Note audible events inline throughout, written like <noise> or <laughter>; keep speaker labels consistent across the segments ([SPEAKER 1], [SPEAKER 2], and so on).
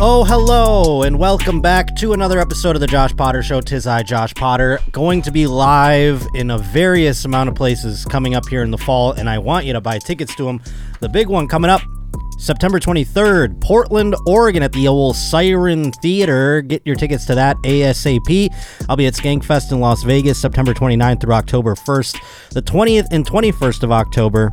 [SPEAKER 1] Oh, hello, and welcome back to another episode of the Josh Potter Show. Tis I, Josh Potter, going to be live in a various amount of places coming up here in the fall, and I want you to buy tickets to them. The big one coming up September 23rd, Portland, Oregon, at the old Siren Theater. Get your tickets to that ASAP. I'll be at Skankfest in Las Vegas September 29th through October 1st. The 20th and 21st of October,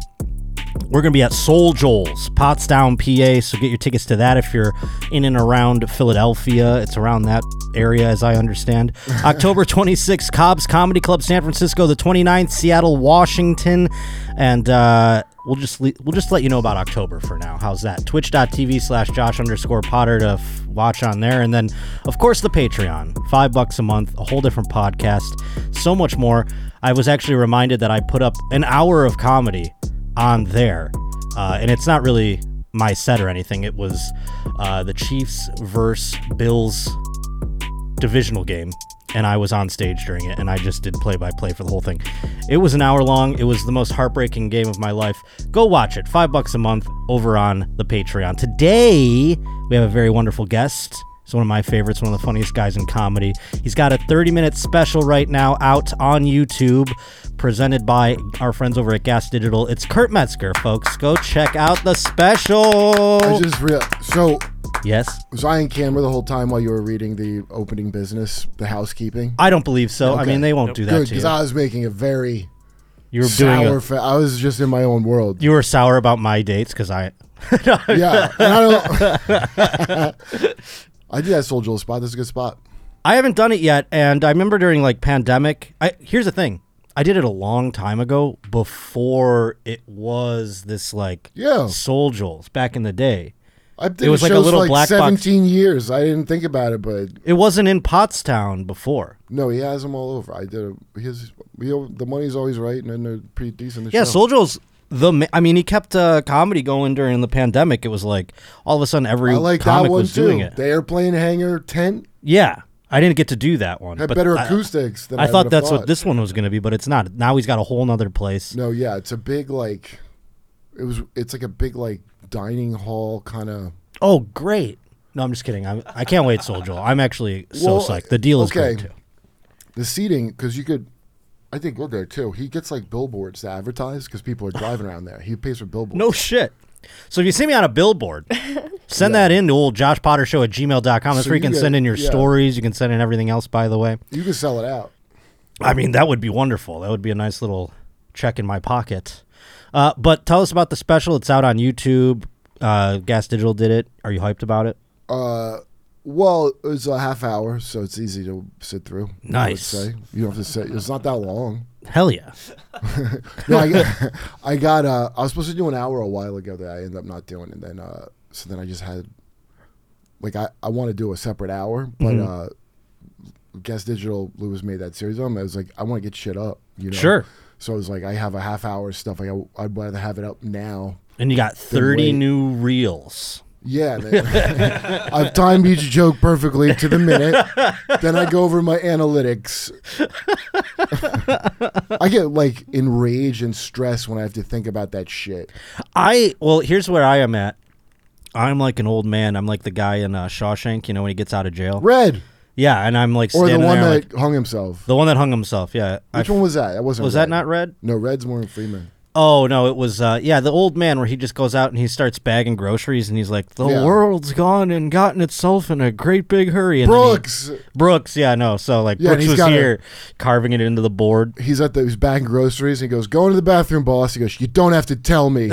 [SPEAKER 1] we're going to be at Soul Joel's, Potsdam, PA. So get your tickets to that if you're in and around Philadelphia. It's around that area, as I understand. October 26th, Cobb's Comedy Club, San Francisco. The 29th, Seattle, Washington. And uh, we'll just le- we'll just let you know about October for now. How's that? Twitch.tv slash Josh underscore Potter to f- watch on there. And then, of course, the Patreon. Five bucks a month, a whole different podcast, so much more. I was actually reminded that I put up an hour of comedy on there. Uh, and it's not really my set or anything. It was uh, the Chiefs versus Bills divisional game. And I was on stage during it, and I just did play by play for the whole thing. It was an hour long. It was the most heartbreaking game of my life. Go watch it. Five bucks a month over on the Patreon. Today, we have a very wonderful guest. He's one of my favorites, one of the funniest guys in comedy. He's got a 30 minute special right now out on YouTube, presented by our friends over at Gas Digital. It's Kurt Metzger, folks. Go check out the
[SPEAKER 2] I
[SPEAKER 1] special.
[SPEAKER 2] just real. So
[SPEAKER 1] Yes.
[SPEAKER 2] was I in camera the whole time while you were reading the opening business, the housekeeping?
[SPEAKER 1] I don't believe so. I
[SPEAKER 2] Okay.
[SPEAKER 1] mean, they won't do that
[SPEAKER 2] Good,
[SPEAKER 1] to you.
[SPEAKER 2] because I was making a very
[SPEAKER 1] you were doing
[SPEAKER 2] sour.
[SPEAKER 1] a,
[SPEAKER 2] Fa- I was just in my own world.
[SPEAKER 1] <laughs> you were sour about my dates because I.
[SPEAKER 2] yeah, and I
[SPEAKER 1] <laughs>
[SPEAKER 2] don't. I did that Soul Jewel spot. That's a good spot.
[SPEAKER 1] I haven't done it yet, and I remember during like pandemic. I here's the thing. I did it a long time ago before it was this like
[SPEAKER 2] Yeah.
[SPEAKER 1] Soul Jewels back in the day.
[SPEAKER 2] I did
[SPEAKER 1] It was like a
[SPEAKER 2] shows
[SPEAKER 1] little
[SPEAKER 2] for like
[SPEAKER 1] black box.
[SPEAKER 2] Seventeen years. I didn't think about it, but
[SPEAKER 1] It wasn't in Pottstown before.
[SPEAKER 2] no, he has them all over. I did. A, his he, the money's always right, and then they're pretty decent. The
[SPEAKER 1] Yeah,
[SPEAKER 2] show.
[SPEAKER 1] Soul Jewels the ma- I mean he kept uh, comedy going during the pandemic. It was like all of a sudden every
[SPEAKER 2] I like that
[SPEAKER 1] comic
[SPEAKER 2] one
[SPEAKER 1] was
[SPEAKER 2] too.
[SPEAKER 1] doing it.
[SPEAKER 2] The airplane hangar tent
[SPEAKER 1] yeah. I didn't get to do that one.
[SPEAKER 2] had
[SPEAKER 1] but
[SPEAKER 2] better
[SPEAKER 1] I,
[SPEAKER 2] acoustics than I,
[SPEAKER 1] I thought
[SPEAKER 2] would've
[SPEAKER 1] that's
[SPEAKER 2] thought.
[SPEAKER 1] what this one was going to be, but it's not. Now he's got a whole nother place.
[SPEAKER 2] No, yeah, it's a big like it was it's like a big like dining hall kind of
[SPEAKER 1] Oh, great. No, I'm just kidding. I'm, I can't wait, Soul Joel. I'm actually so
[SPEAKER 2] Well,
[SPEAKER 1] psyched. The deal is
[SPEAKER 2] okay.
[SPEAKER 1] great, too.
[SPEAKER 2] the seating cuz you could I think we're there too. He gets like billboards to advertise cuz people are driving around there. He pays for billboards.
[SPEAKER 1] No shit. So if you see me on a
[SPEAKER 2] <laughs>
[SPEAKER 1] billboard, send that in to old Josh Potter Show at gmail.com. That's
[SPEAKER 2] So
[SPEAKER 1] where you
[SPEAKER 2] you
[SPEAKER 1] can
[SPEAKER 2] get-
[SPEAKER 1] send in your
[SPEAKER 2] yeah.
[SPEAKER 1] stories. You can send in everything else, by the way.
[SPEAKER 2] You can sell it out.
[SPEAKER 1] I mean, that would be wonderful. That would be a nice little check in my pocket. Uh, but tell us about the special. It's out on YouTube. Uh, Gas Digital did it. Are you hyped about it?
[SPEAKER 2] Uh well, it's a half hour, so it's easy to sit through. I would
[SPEAKER 1] Nice.
[SPEAKER 2] say. You don't have to sit. It's not that long.
[SPEAKER 1] Hell yeah.
[SPEAKER 2] No, I, got- I got. Uh, I was supposed to do an hour a while ago that I ended up not doing, and then uh, so then I just had like I, I want to do a separate hour, but uh, Guess Digital Lou was made that series on. I was like, I want to get shit up, you know.
[SPEAKER 1] Sure.
[SPEAKER 2] So I was like, I have a half hour of stuff. Like I, I'd rather have it up now.
[SPEAKER 1] And you got 30
[SPEAKER 2] wait.
[SPEAKER 1] new reels.
[SPEAKER 2] Yeah, man. I've timed each joke perfectly to the minute. then I go over my analytics. <laughs> I get like enraged and stressed when I have to think about that shit.
[SPEAKER 1] I well, here's where I am at. I'm like an old man. I'm like the guy in uh, Shawshank, you know, when he gets out of jail.
[SPEAKER 2] Red
[SPEAKER 1] Yeah, and I'm like
[SPEAKER 2] or
[SPEAKER 1] standing
[SPEAKER 2] the one
[SPEAKER 1] there,
[SPEAKER 2] that
[SPEAKER 1] like,
[SPEAKER 2] hung himself.
[SPEAKER 1] the one that hung himself. Yeah, I-
[SPEAKER 2] Which one was that? That wasn't.
[SPEAKER 1] was
[SPEAKER 2] Red.
[SPEAKER 1] that not red?
[SPEAKER 2] No, Red's Morgan Freeman.
[SPEAKER 1] Oh no, it was. Uh, yeah, the old man where he just goes out and he starts bagging groceries, and he's like, "The
[SPEAKER 2] Yeah.
[SPEAKER 1] world's gone and gotten itself in a great big hurry." And then he-
[SPEAKER 2] Brooks.
[SPEAKER 1] Brooks, yeah, no, so like
[SPEAKER 2] Yeah, and
[SPEAKER 1] Brooks
[SPEAKER 2] he's
[SPEAKER 1] was
[SPEAKER 2] got a-
[SPEAKER 1] here carving it into the board.
[SPEAKER 2] He's at the he's bagging groceries and he goes, Go into the bathroom, boss. He goes, You don't have to
[SPEAKER 1] <laughs>
[SPEAKER 2] tell me.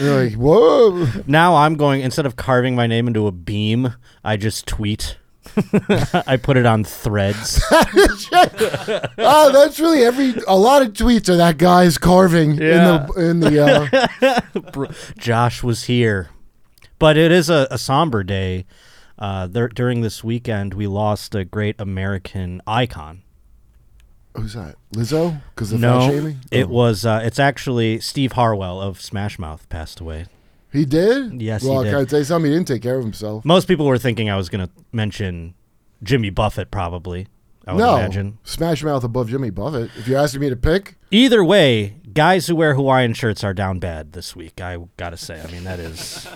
[SPEAKER 2] You're like, Whoa.
[SPEAKER 1] Now I'm going instead of carving my name into a beam, I just tweet. <laughs> I put it on threads.
[SPEAKER 2] Oh, that's really every a lot of tweets are that guy's carving
[SPEAKER 1] Yeah.
[SPEAKER 2] in the in the uh,
[SPEAKER 1] <laughs> Bro- Josh was here, but it is a, a somber day. Uh, there, during this weekend, we lost a great American icon.
[SPEAKER 2] Who's that? Lizzo? Because of fat
[SPEAKER 1] No,
[SPEAKER 2] shaming?
[SPEAKER 1] it
[SPEAKER 2] Oh.
[SPEAKER 1] was. Uh, it's actually Steve Harwell of Smash Mouth passed away.
[SPEAKER 2] He did?
[SPEAKER 1] Yes, he
[SPEAKER 2] Well,
[SPEAKER 1] did.
[SPEAKER 2] can I tell you something? He didn't take care of himself.
[SPEAKER 1] Most people were thinking I was going to mention Jimmy Buffett, probably. I would
[SPEAKER 2] no.
[SPEAKER 1] imagine.
[SPEAKER 2] Smash Mouth above Jimmy Buffett. If you're asking me to pick,
[SPEAKER 1] Either way, guys who wear Hawaiian shirts are down bad this week. I gotta say, I mean that is.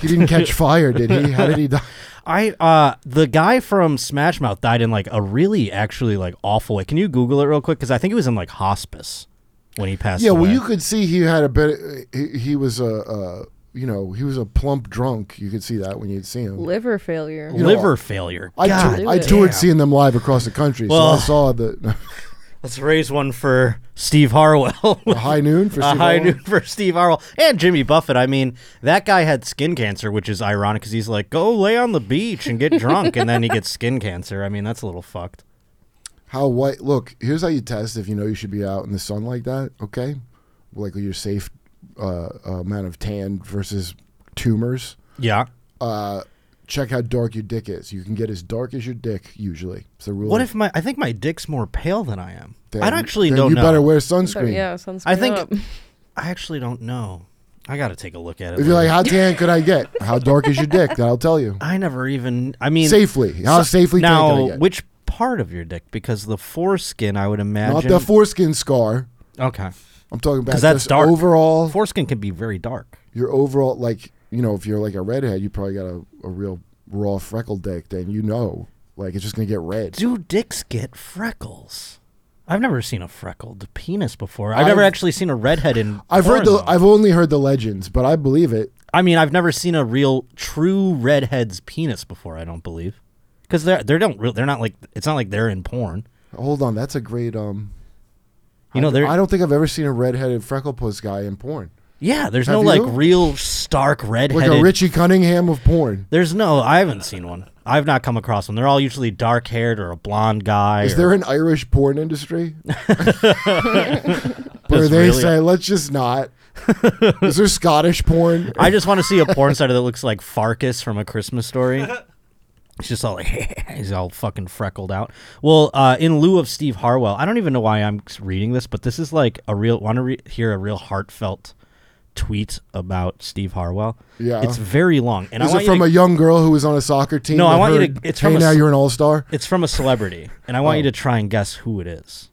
[SPEAKER 2] he didn't catch fire, did he? How did he die?
[SPEAKER 1] I uh the guy from Smash Mouth died in like a really actually like awful way. Can you Google it real quick? Because I think he was in like hospice when he passed.
[SPEAKER 2] Yeah, well,
[SPEAKER 1] away.
[SPEAKER 2] you could see he had a bit. He, he was a, uh, you know, he was a plump drunk. You could see that when you'd see him.
[SPEAKER 3] Liver failure.
[SPEAKER 2] You know,
[SPEAKER 1] liver failure.
[SPEAKER 2] I,
[SPEAKER 1] God,
[SPEAKER 2] tou- I toured seeing them live across the country,
[SPEAKER 1] Well-
[SPEAKER 2] so I saw the, <laughs>
[SPEAKER 1] let's raise one for Steve Harwell. <laughs>
[SPEAKER 2] the high noon for
[SPEAKER 1] a
[SPEAKER 2] Oh, Steve
[SPEAKER 1] high
[SPEAKER 2] Irwin.
[SPEAKER 1] noon for Steve Harwell and Jimmy Buffett. I mean, that guy had skin cancer, which is ironic because he's like, go lay on the beach and get drunk, and then he gets skin cancer. I mean, that's a little fucked.
[SPEAKER 2] How white? Look, here's how you test if you know you should be out in the sun like that. Okay, like your safe uh, amount of tan versus tumors.
[SPEAKER 1] Yeah.
[SPEAKER 2] Uh, check how dark your dick is. You can get as dark as your dick usually. It's a rule.
[SPEAKER 1] What
[SPEAKER 2] of
[SPEAKER 1] if my? I think my dick's more pale than I am.
[SPEAKER 2] thumb.
[SPEAKER 1] I actually
[SPEAKER 2] Then
[SPEAKER 1] don't
[SPEAKER 2] you
[SPEAKER 1] know.
[SPEAKER 2] better wear
[SPEAKER 3] But
[SPEAKER 2] sunscreen.
[SPEAKER 3] yeah, sunscreen.
[SPEAKER 1] I think-
[SPEAKER 4] <laughs>
[SPEAKER 3] up.
[SPEAKER 1] I actually don't know. I got to take a look at it.
[SPEAKER 2] If you're like,
[SPEAKER 1] later.
[SPEAKER 2] how tan could I get? How dark is your dick? That'll tell you.
[SPEAKER 1] I never even. I mean,
[SPEAKER 2] safely. How
[SPEAKER 1] so-
[SPEAKER 2] safely tan can I
[SPEAKER 1] now
[SPEAKER 2] get?
[SPEAKER 1] which part of your dick? Because the foreskin, I would
[SPEAKER 2] Not
[SPEAKER 1] imagine.
[SPEAKER 2] the foreskin scar.
[SPEAKER 1] okay,
[SPEAKER 2] I'm talking about
[SPEAKER 1] 'Cause that's
[SPEAKER 2] just
[SPEAKER 1] dark.
[SPEAKER 2] overall.
[SPEAKER 1] foreskin can be very dark.
[SPEAKER 2] your overall, like you know, if you're like a redhead, you probably got a, a real raw freckled dick. Then you know, like it's just gonna get red.
[SPEAKER 1] Do dicks get freckles? I've never seen a freckled penis before. I've, never
[SPEAKER 2] I've-
[SPEAKER 1] actually seen a redhead in.
[SPEAKER 2] I've
[SPEAKER 1] porn,
[SPEAKER 2] heard the.
[SPEAKER 1] though.
[SPEAKER 2] I've only heard the legends, but I believe it.
[SPEAKER 1] I mean, I've never seen a real true redhead's penis before. I don't believe because they're they don't real. They're not like it's not like they're in porn.
[SPEAKER 2] Hold on, that's a great. Um,
[SPEAKER 1] You know, they're
[SPEAKER 2] I don't think I've ever seen a redheaded freckle puss guy in porn.
[SPEAKER 1] Yeah, there's no
[SPEAKER 2] Have
[SPEAKER 1] like
[SPEAKER 2] you?
[SPEAKER 1] real stark
[SPEAKER 2] Like
[SPEAKER 1] redheaded.
[SPEAKER 2] a Richie Cunningham of porn.
[SPEAKER 1] there's no. I haven't seen one. I've not come across one. They're all usually dark haired or a blonde guy.
[SPEAKER 2] Is
[SPEAKER 1] or-
[SPEAKER 2] there an Irish porn industry? Where
[SPEAKER 1] That's
[SPEAKER 2] they
[SPEAKER 1] really-
[SPEAKER 2] say, let's
[SPEAKER 1] <laughs>
[SPEAKER 2] just not. Is there Scottish porn?
[SPEAKER 1] I just want to see a porn star that looks like Farkas from A Christmas
[SPEAKER 2] <laughs>
[SPEAKER 1] Story. It's just all <laughs> like he's all fucking freckled out. Well, uh, in lieu of Steve Harwell, I don't even know why I'm reading this, but this is like a real. Want to re- hear a real heartfelt tweet about Steve Harwell?
[SPEAKER 2] Yeah.
[SPEAKER 1] it's very long, and I
[SPEAKER 2] Is
[SPEAKER 1] want
[SPEAKER 2] it
[SPEAKER 1] you
[SPEAKER 2] from
[SPEAKER 1] to-
[SPEAKER 2] a young girl who was on a soccer team?
[SPEAKER 1] No, I
[SPEAKER 2] that
[SPEAKER 1] want you
[SPEAKER 2] heard,
[SPEAKER 1] to- it's
[SPEAKER 2] hey,
[SPEAKER 1] from a
[SPEAKER 2] now
[SPEAKER 1] s-
[SPEAKER 2] you're an all star.
[SPEAKER 1] It's from a celebrity, and I want you
[SPEAKER 2] Oh.
[SPEAKER 1] to try and guess who it is.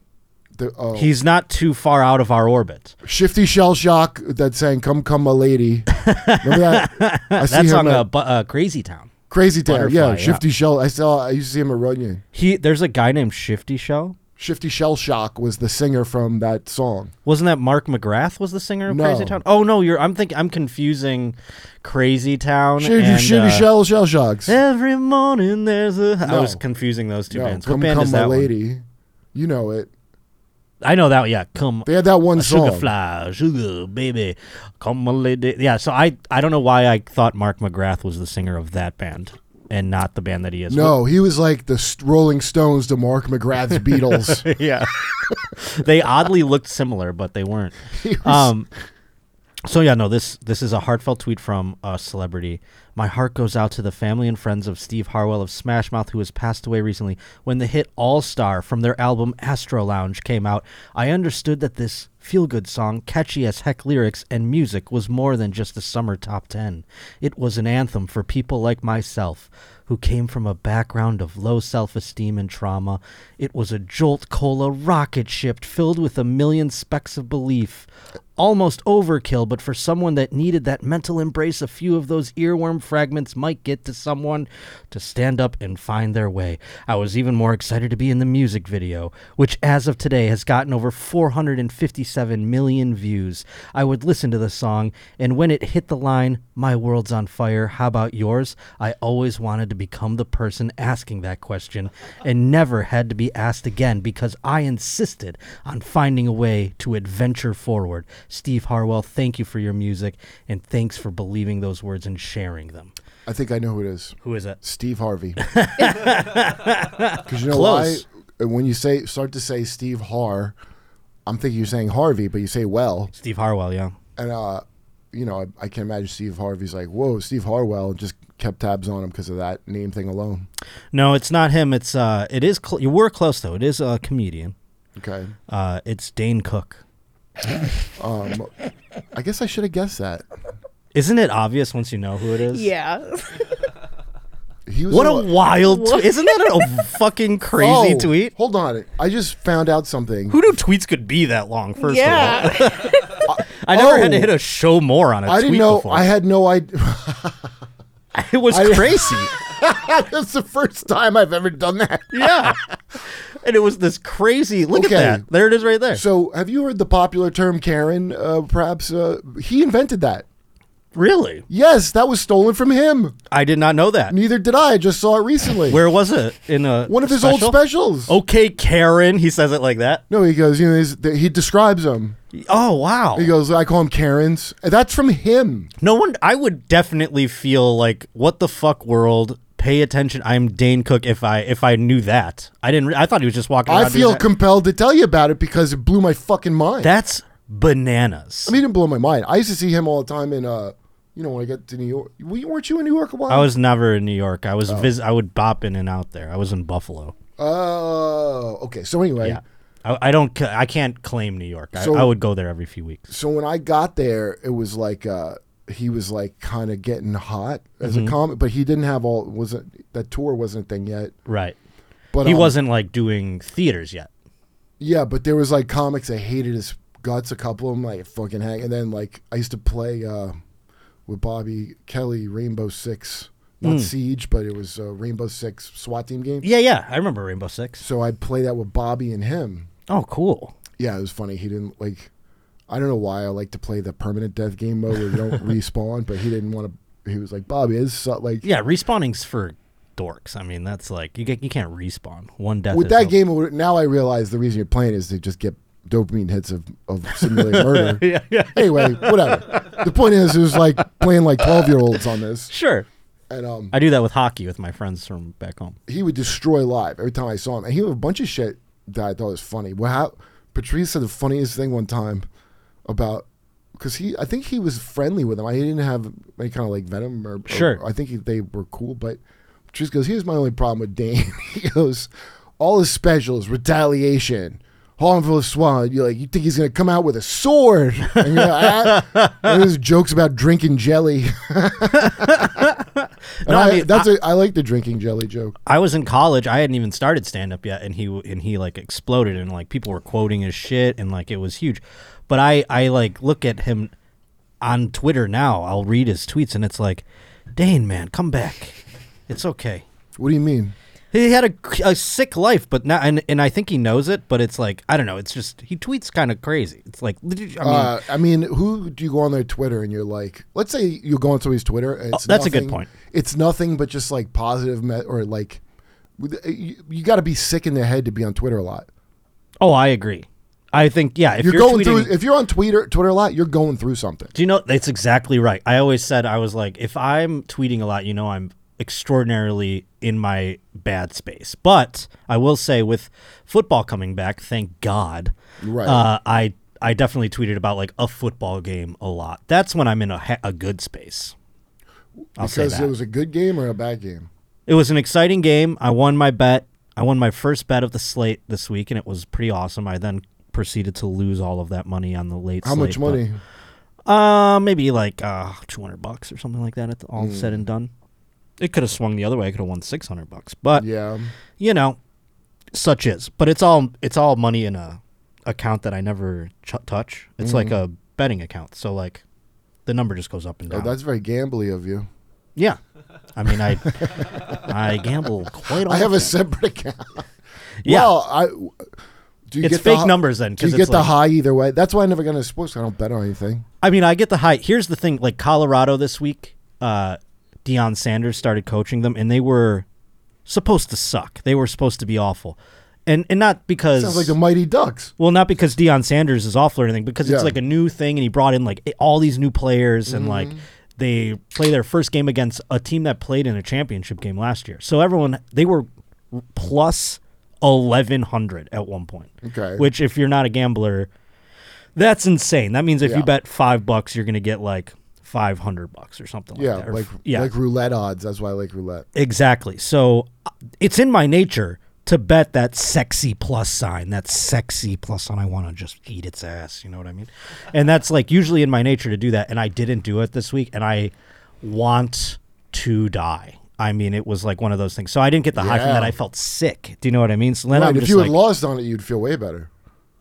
[SPEAKER 2] Oh.
[SPEAKER 1] He's not too far out of our orbit.
[SPEAKER 2] Shifty Shell Shock that sang "Come Come My Lady." Remember
[SPEAKER 1] <laughs>
[SPEAKER 2] that? I see
[SPEAKER 1] That's
[SPEAKER 2] him
[SPEAKER 1] on
[SPEAKER 2] at
[SPEAKER 1] uh, bu- uh, Crazy Town.
[SPEAKER 2] Crazy Town.
[SPEAKER 1] Butterfly, yeah.
[SPEAKER 2] Yeah, Shifty Shell. I saw. I used to see him at Runyon.
[SPEAKER 1] He there's a guy named Shifty Shell.
[SPEAKER 2] Shifty Shell Shock was the singer from that song.
[SPEAKER 1] Wasn't that Mark McGrath was the singer of
[SPEAKER 2] No.
[SPEAKER 1] Crazy Town? Oh no, you're I'm thinking I'm confusing Crazy Town
[SPEAKER 2] Shifty,
[SPEAKER 1] and
[SPEAKER 2] Shifty
[SPEAKER 1] uh,
[SPEAKER 2] Shell Shell Shocks.
[SPEAKER 1] Every morning there's a I
[SPEAKER 2] No.
[SPEAKER 1] was confusing those two
[SPEAKER 2] No,
[SPEAKER 1] bands.
[SPEAKER 2] come
[SPEAKER 1] what band
[SPEAKER 2] come
[SPEAKER 1] is
[SPEAKER 2] my
[SPEAKER 1] that one?
[SPEAKER 2] lady. You know it.
[SPEAKER 1] I know that yeah, come
[SPEAKER 2] They had that one
[SPEAKER 1] Sugar
[SPEAKER 2] song.
[SPEAKER 1] fly, sugar baby, come a lady. Yeah, so I I don't know why I thought Mark McGrath was the singer of that band and not the band that he is.
[SPEAKER 2] No, he was like the St- Rolling Stones to Mark
[SPEAKER 1] <laughs>
[SPEAKER 2] McGrath's Beatles. <laughs>
[SPEAKER 1] yeah. they oddly looked similar, but they weren't.
[SPEAKER 2] <laughs> He was-
[SPEAKER 1] Um, so yeah, no this this is a heartfelt tweet from a celebrity. My heart goes out to the family and friends of Steve Harwell of Smash Mouth, who has passed away recently. When the hit All Star from their album Astro Lounge came out, I understood that this feel good song, catchy as heck lyrics and music, was more than just a summer top ten. It was an anthem for people like myself who came from a background of low self esteem and trauma. It was a jolt cola rocket ship filled with a million specks of belief. Almost overkill, but for someone that needed that mental embrace, a few of those earworm fragments might get to someone to stand up and find their way. I was even more excited to be in the music video, which as of today has gotten over 457 million views. I would listen to the song, and when it hit the line, My world's on fire, how about yours? I always wanted to become the person asking that question and never had to be asked again because I insisted on finding a way to adventure forward. Steve Harwell, thank you for your music and thanks for believing those words and sharing them.
[SPEAKER 2] I think I know who it is.
[SPEAKER 1] Who is it? <laughs>
[SPEAKER 2] Steve Harvey. <laughs> Because you know
[SPEAKER 1] Close.
[SPEAKER 2] why? When you say start to say Steve Har, I'm thinking you're saying Harvey, but you say well,
[SPEAKER 1] Steve Harwell, yeah.
[SPEAKER 2] and uh, you know I, I can imagine Steve Harvey's like, whoa, Steve Harwell, and just kept tabs on him because of that name thing alone.
[SPEAKER 1] No, it's not him. It's uh it is cl- you were close though. It is a comedian.
[SPEAKER 2] Okay,
[SPEAKER 1] Uh it's Dane Cook.
[SPEAKER 2] um, I guess I should have guessed that.
[SPEAKER 1] Isn't it obvious once you know who it is?
[SPEAKER 3] Yeah.
[SPEAKER 2] He was
[SPEAKER 1] What
[SPEAKER 2] in
[SPEAKER 1] a wild tweet. Isn't that a fucking crazy
[SPEAKER 2] Oh,
[SPEAKER 1] tweet?
[SPEAKER 2] Hold on, I just found out something.
[SPEAKER 1] Who knew tweets could be that long, first of all?
[SPEAKER 3] yeah.
[SPEAKER 1] I never had to
[SPEAKER 2] Oh.
[SPEAKER 1] hit a show more on a
[SPEAKER 2] I
[SPEAKER 1] tweet
[SPEAKER 2] didn't know.
[SPEAKER 1] before.
[SPEAKER 2] I had no idea.
[SPEAKER 1] <laughs> it was
[SPEAKER 2] <laughs> I- <laughs>
[SPEAKER 1] crazy.
[SPEAKER 2] That's the first time I've ever done that.
[SPEAKER 1] yeah. <laughs> And it was this crazy. Look
[SPEAKER 2] Okay.
[SPEAKER 1] at that. There it is right there.
[SPEAKER 2] So, have you heard the popular term Karen? Uh, perhaps uh, he invented that.
[SPEAKER 1] really?
[SPEAKER 2] Yes, that was stolen from him.
[SPEAKER 1] I did not know that.
[SPEAKER 2] Neither did I. I just saw it recently.
[SPEAKER 1] Where was it? In a
[SPEAKER 2] One of his
[SPEAKER 1] special? Oh.
[SPEAKER 2] old specials.
[SPEAKER 1] Okay, Karen. He says it like that.
[SPEAKER 2] No, he goes. You know, he's, he describes them.
[SPEAKER 1] Oh wow.
[SPEAKER 2] He goes. I call him Karens. That's from him.
[SPEAKER 1] No one. I would definitely feel like what the fuck world. Pay attention. I'm Dane Cook. If I if I knew that, I didn't. re- I thought he was just walking. around
[SPEAKER 2] I
[SPEAKER 1] doing
[SPEAKER 2] feel
[SPEAKER 1] that.
[SPEAKER 2] compelled to tell you about it because it blew my fucking mind.
[SPEAKER 1] that's bananas.
[SPEAKER 2] I mean, it didn't blow my mind. I used to see him all the time in, uh, you know, when I got to New York. Were you- Weren't you in New York a while?
[SPEAKER 1] I was never in New York. I was vis- I would bop in and out there. I was in Buffalo.
[SPEAKER 2] Oh, okay. So anyway,
[SPEAKER 1] Yeah. I, I don't. c- I can't claim New York. I,
[SPEAKER 2] So-
[SPEAKER 1] I would go there every few weeks.
[SPEAKER 2] so when I got there, it was like uh, he was like kind of getting hot as
[SPEAKER 1] Mm-hmm.
[SPEAKER 2] a comic, but he didn't have all wasn't that tour wasn't a thing yet.
[SPEAKER 1] Right.
[SPEAKER 2] But
[SPEAKER 1] he
[SPEAKER 2] um,
[SPEAKER 1] wasn't like doing theaters yet.
[SPEAKER 2] Yeah, but there was like comics that hated his guts. A couple of them like fucking hang. And then like I used to play uh, with Bobby Kelly Rainbow Six,
[SPEAKER 1] Mm.
[SPEAKER 2] not Siege, but it was uh, Rainbow Six SWAT team game.
[SPEAKER 1] Yeah, yeah. I remember Rainbow Six.
[SPEAKER 2] So I'd play that with Bobby and him.
[SPEAKER 1] Oh, cool.
[SPEAKER 2] yeah, it was funny. He didn't like. I don't know why I like to play the permanent death game mode where you don't respawn, but he didn't want to. He was like, "Bobby, this is like
[SPEAKER 1] Yeah, respawning's for dorks. I mean, that's like you get, you can't respawn one death.
[SPEAKER 2] with
[SPEAKER 1] is
[SPEAKER 2] that
[SPEAKER 1] no-
[SPEAKER 2] game." it would- Now I realize the reason you're playing is to just get dopamine hits of of simulating
[SPEAKER 1] <laughs>
[SPEAKER 2] murder.
[SPEAKER 1] <laughs> yeah, yeah.
[SPEAKER 2] Anyway, whatever. The point is, it was like playing like twelve year olds on this,
[SPEAKER 1] Sure.
[SPEAKER 2] and um,
[SPEAKER 1] I do that with hockey with my friends from back home.
[SPEAKER 2] he would destroy live every time I saw him. And he would have a bunch of shit that I thought was funny. Well, how, Patrice said the funniest thing one time about because he, I think he was friendly with him. I didn't have any kind of like venom or, or-
[SPEAKER 1] Sure.
[SPEAKER 2] I think he, they were cool, but Patrice goes, "Here's my only problem with Dane." <laughs> he goes, "All his specials, retaliation." Harmful Swan, you're like, you think he's gonna come out with a sword? <laughs> And you're like, ah. And there's jokes about
[SPEAKER 1] <laughs>
[SPEAKER 2] drinking jelly. <laughs> And
[SPEAKER 1] No, I
[SPEAKER 2] I,
[SPEAKER 1] mean,
[SPEAKER 2] that's a, I like the drinking jelly joke.
[SPEAKER 1] I was in college. I hadn't even started stand up yet, and he w- and he like exploded, and like people were quoting his shit, and like it was huge. But I I like look at him on Twitter now. I'll read his tweets, and it's like, Dane, man, come back. It's okay.
[SPEAKER 2] What do you mean?
[SPEAKER 1] He had a, a sick life, but now and, and I think he knows it. But it's like I don't know. It's just he tweets kind of crazy. It's like I mean,
[SPEAKER 2] uh, I mean, who do you go on their Twitter and you're like, let's say you go on somebody's Twitter. And it's
[SPEAKER 1] Oh, that's a good
[SPEAKER 2] nothing-
[SPEAKER 1] point.
[SPEAKER 2] It's nothing but just like positive me- or like, with- uh, you, you got to be sick in the head to be on Twitter a lot.
[SPEAKER 1] oh, I agree. I think yeah. If
[SPEAKER 2] You're,
[SPEAKER 1] you're,
[SPEAKER 2] going
[SPEAKER 1] tweeting,
[SPEAKER 2] through. If you're on Twitter, Twitter a lot, you're going through something.
[SPEAKER 1] do you know that's exactly right? I always said I was like, if I'm tweeting a lot, you know, I'm extraordinarily in my bad space. But I will say, with football coming back, thank God,
[SPEAKER 2] Right.
[SPEAKER 1] Uh, I I definitely tweeted about like a football game a lot. That's when I'm in a ha- a good space. I'll say
[SPEAKER 2] because
[SPEAKER 1] that.
[SPEAKER 2] it was a good game or a bad game.
[SPEAKER 1] It was an exciting game. I won my bet. I won my first bet of the slate this week, and it was pretty awesome. I then proceeded to lose all of that money on the late.
[SPEAKER 2] How much
[SPEAKER 1] slate, but-
[SPEAKER 2] money?
[SPEAKER 1] Uh, maybe like uh, two hundred bucks or something like that. At the, all said
[SPEAKER 2] Mm.
[SPEAKER 1] and done, it could have swung the other way. I could have won six hundred bucks, but
[SPEAKER 2] <laughs> Yeah. Oh,
[SPEAKER 1] you know, such is. But it's all it's all money in a account that I never ch- touch. It's like a betting account, so like the number just goes up and
[SPEAKER 2] Mm. Oh,
[SPEAKER 1] down.
[SPEAKER 2] that's very gambly of you.
[SPEAKER 1] yeah, I mean, I <laughs> I gamble quite. Often.
[SPEAKER 2] I have a separate account.
[SPEAKER 1] <laughs> yeah.
[SPEAKER 2] Well, I. Do you
[SPEAKER 1] it's
[SPEAKER 2] get the
[SPEAKER 1] fake
[SPEAKER 2] hi-
[SPEAKER 1] numbers then.
[SPEAKER 2] Do
[SPEAKER 1] 'cause
[SPEAKER 2] you get
[SPEAKER 1] it's
[SPEAKER 2] the
[SPEAKER 1] like-
[SPEAKER 2] high either way? That's why I never got into sports. I don't bet on anything.
[SPEAKER 1] I mean, I get the high. Here's the thing: like Colorado this week, uh, Deion Sanders started coaching them, and they were supposed to suck. They were supposed to be awful, and and not because
[SPEAKER 2] Sounds like the Mighty Ducks.
[SPEAKER 1] well, not because Deion Sanders is awful or anything, because
[SPEAKER 2] Yeah.
[SPEAKER 1] it's like a new thing, and he brought in like i- all these new players, and like they play their first game against a team that played in a championship game last year. So everyone they were plus eleven hundred at one point.
[SPEAKER 2] Okay.
[SPEAKER 1] which if you're not a gambler, that's insane. That means if
[SPEAKER 2] Yeah.
[SPEAKER 1] you bet five bucks, you're gonna get like five hundred bucks or something
[SPEAKER 2] Yeah,
[SPEAKER 1] like that. or
[SPEAKER 2] like
[SPEAKER 1] f- yeah,
[SPEAKER 2] like roulette odds. That's why I like roulette.
[SPEAKER 1] exactly. So uh, it's in my nature to bet that sexy plus sign, that sexy plus sign. I want to just eat its ass. You know what I mean? And that's like usually in my nature to do that. And I didn't do it this week. And I want to die. I mean, it was like one of those things. So I didn't get the high from
[SPEAKER 2] Yeah.
[SPEAKER 1] that. I felt sick. Do you know what I mean? So then
[SPEAKER 2] Right,
[SPEAKER 1] I'm
[SPEAKER 2] if
[SPEAKER 1] just
[SPEAKER 2] you
[SPEAKER 1] like,
[SPEAKER 2] had lost on it, you'd feel way better.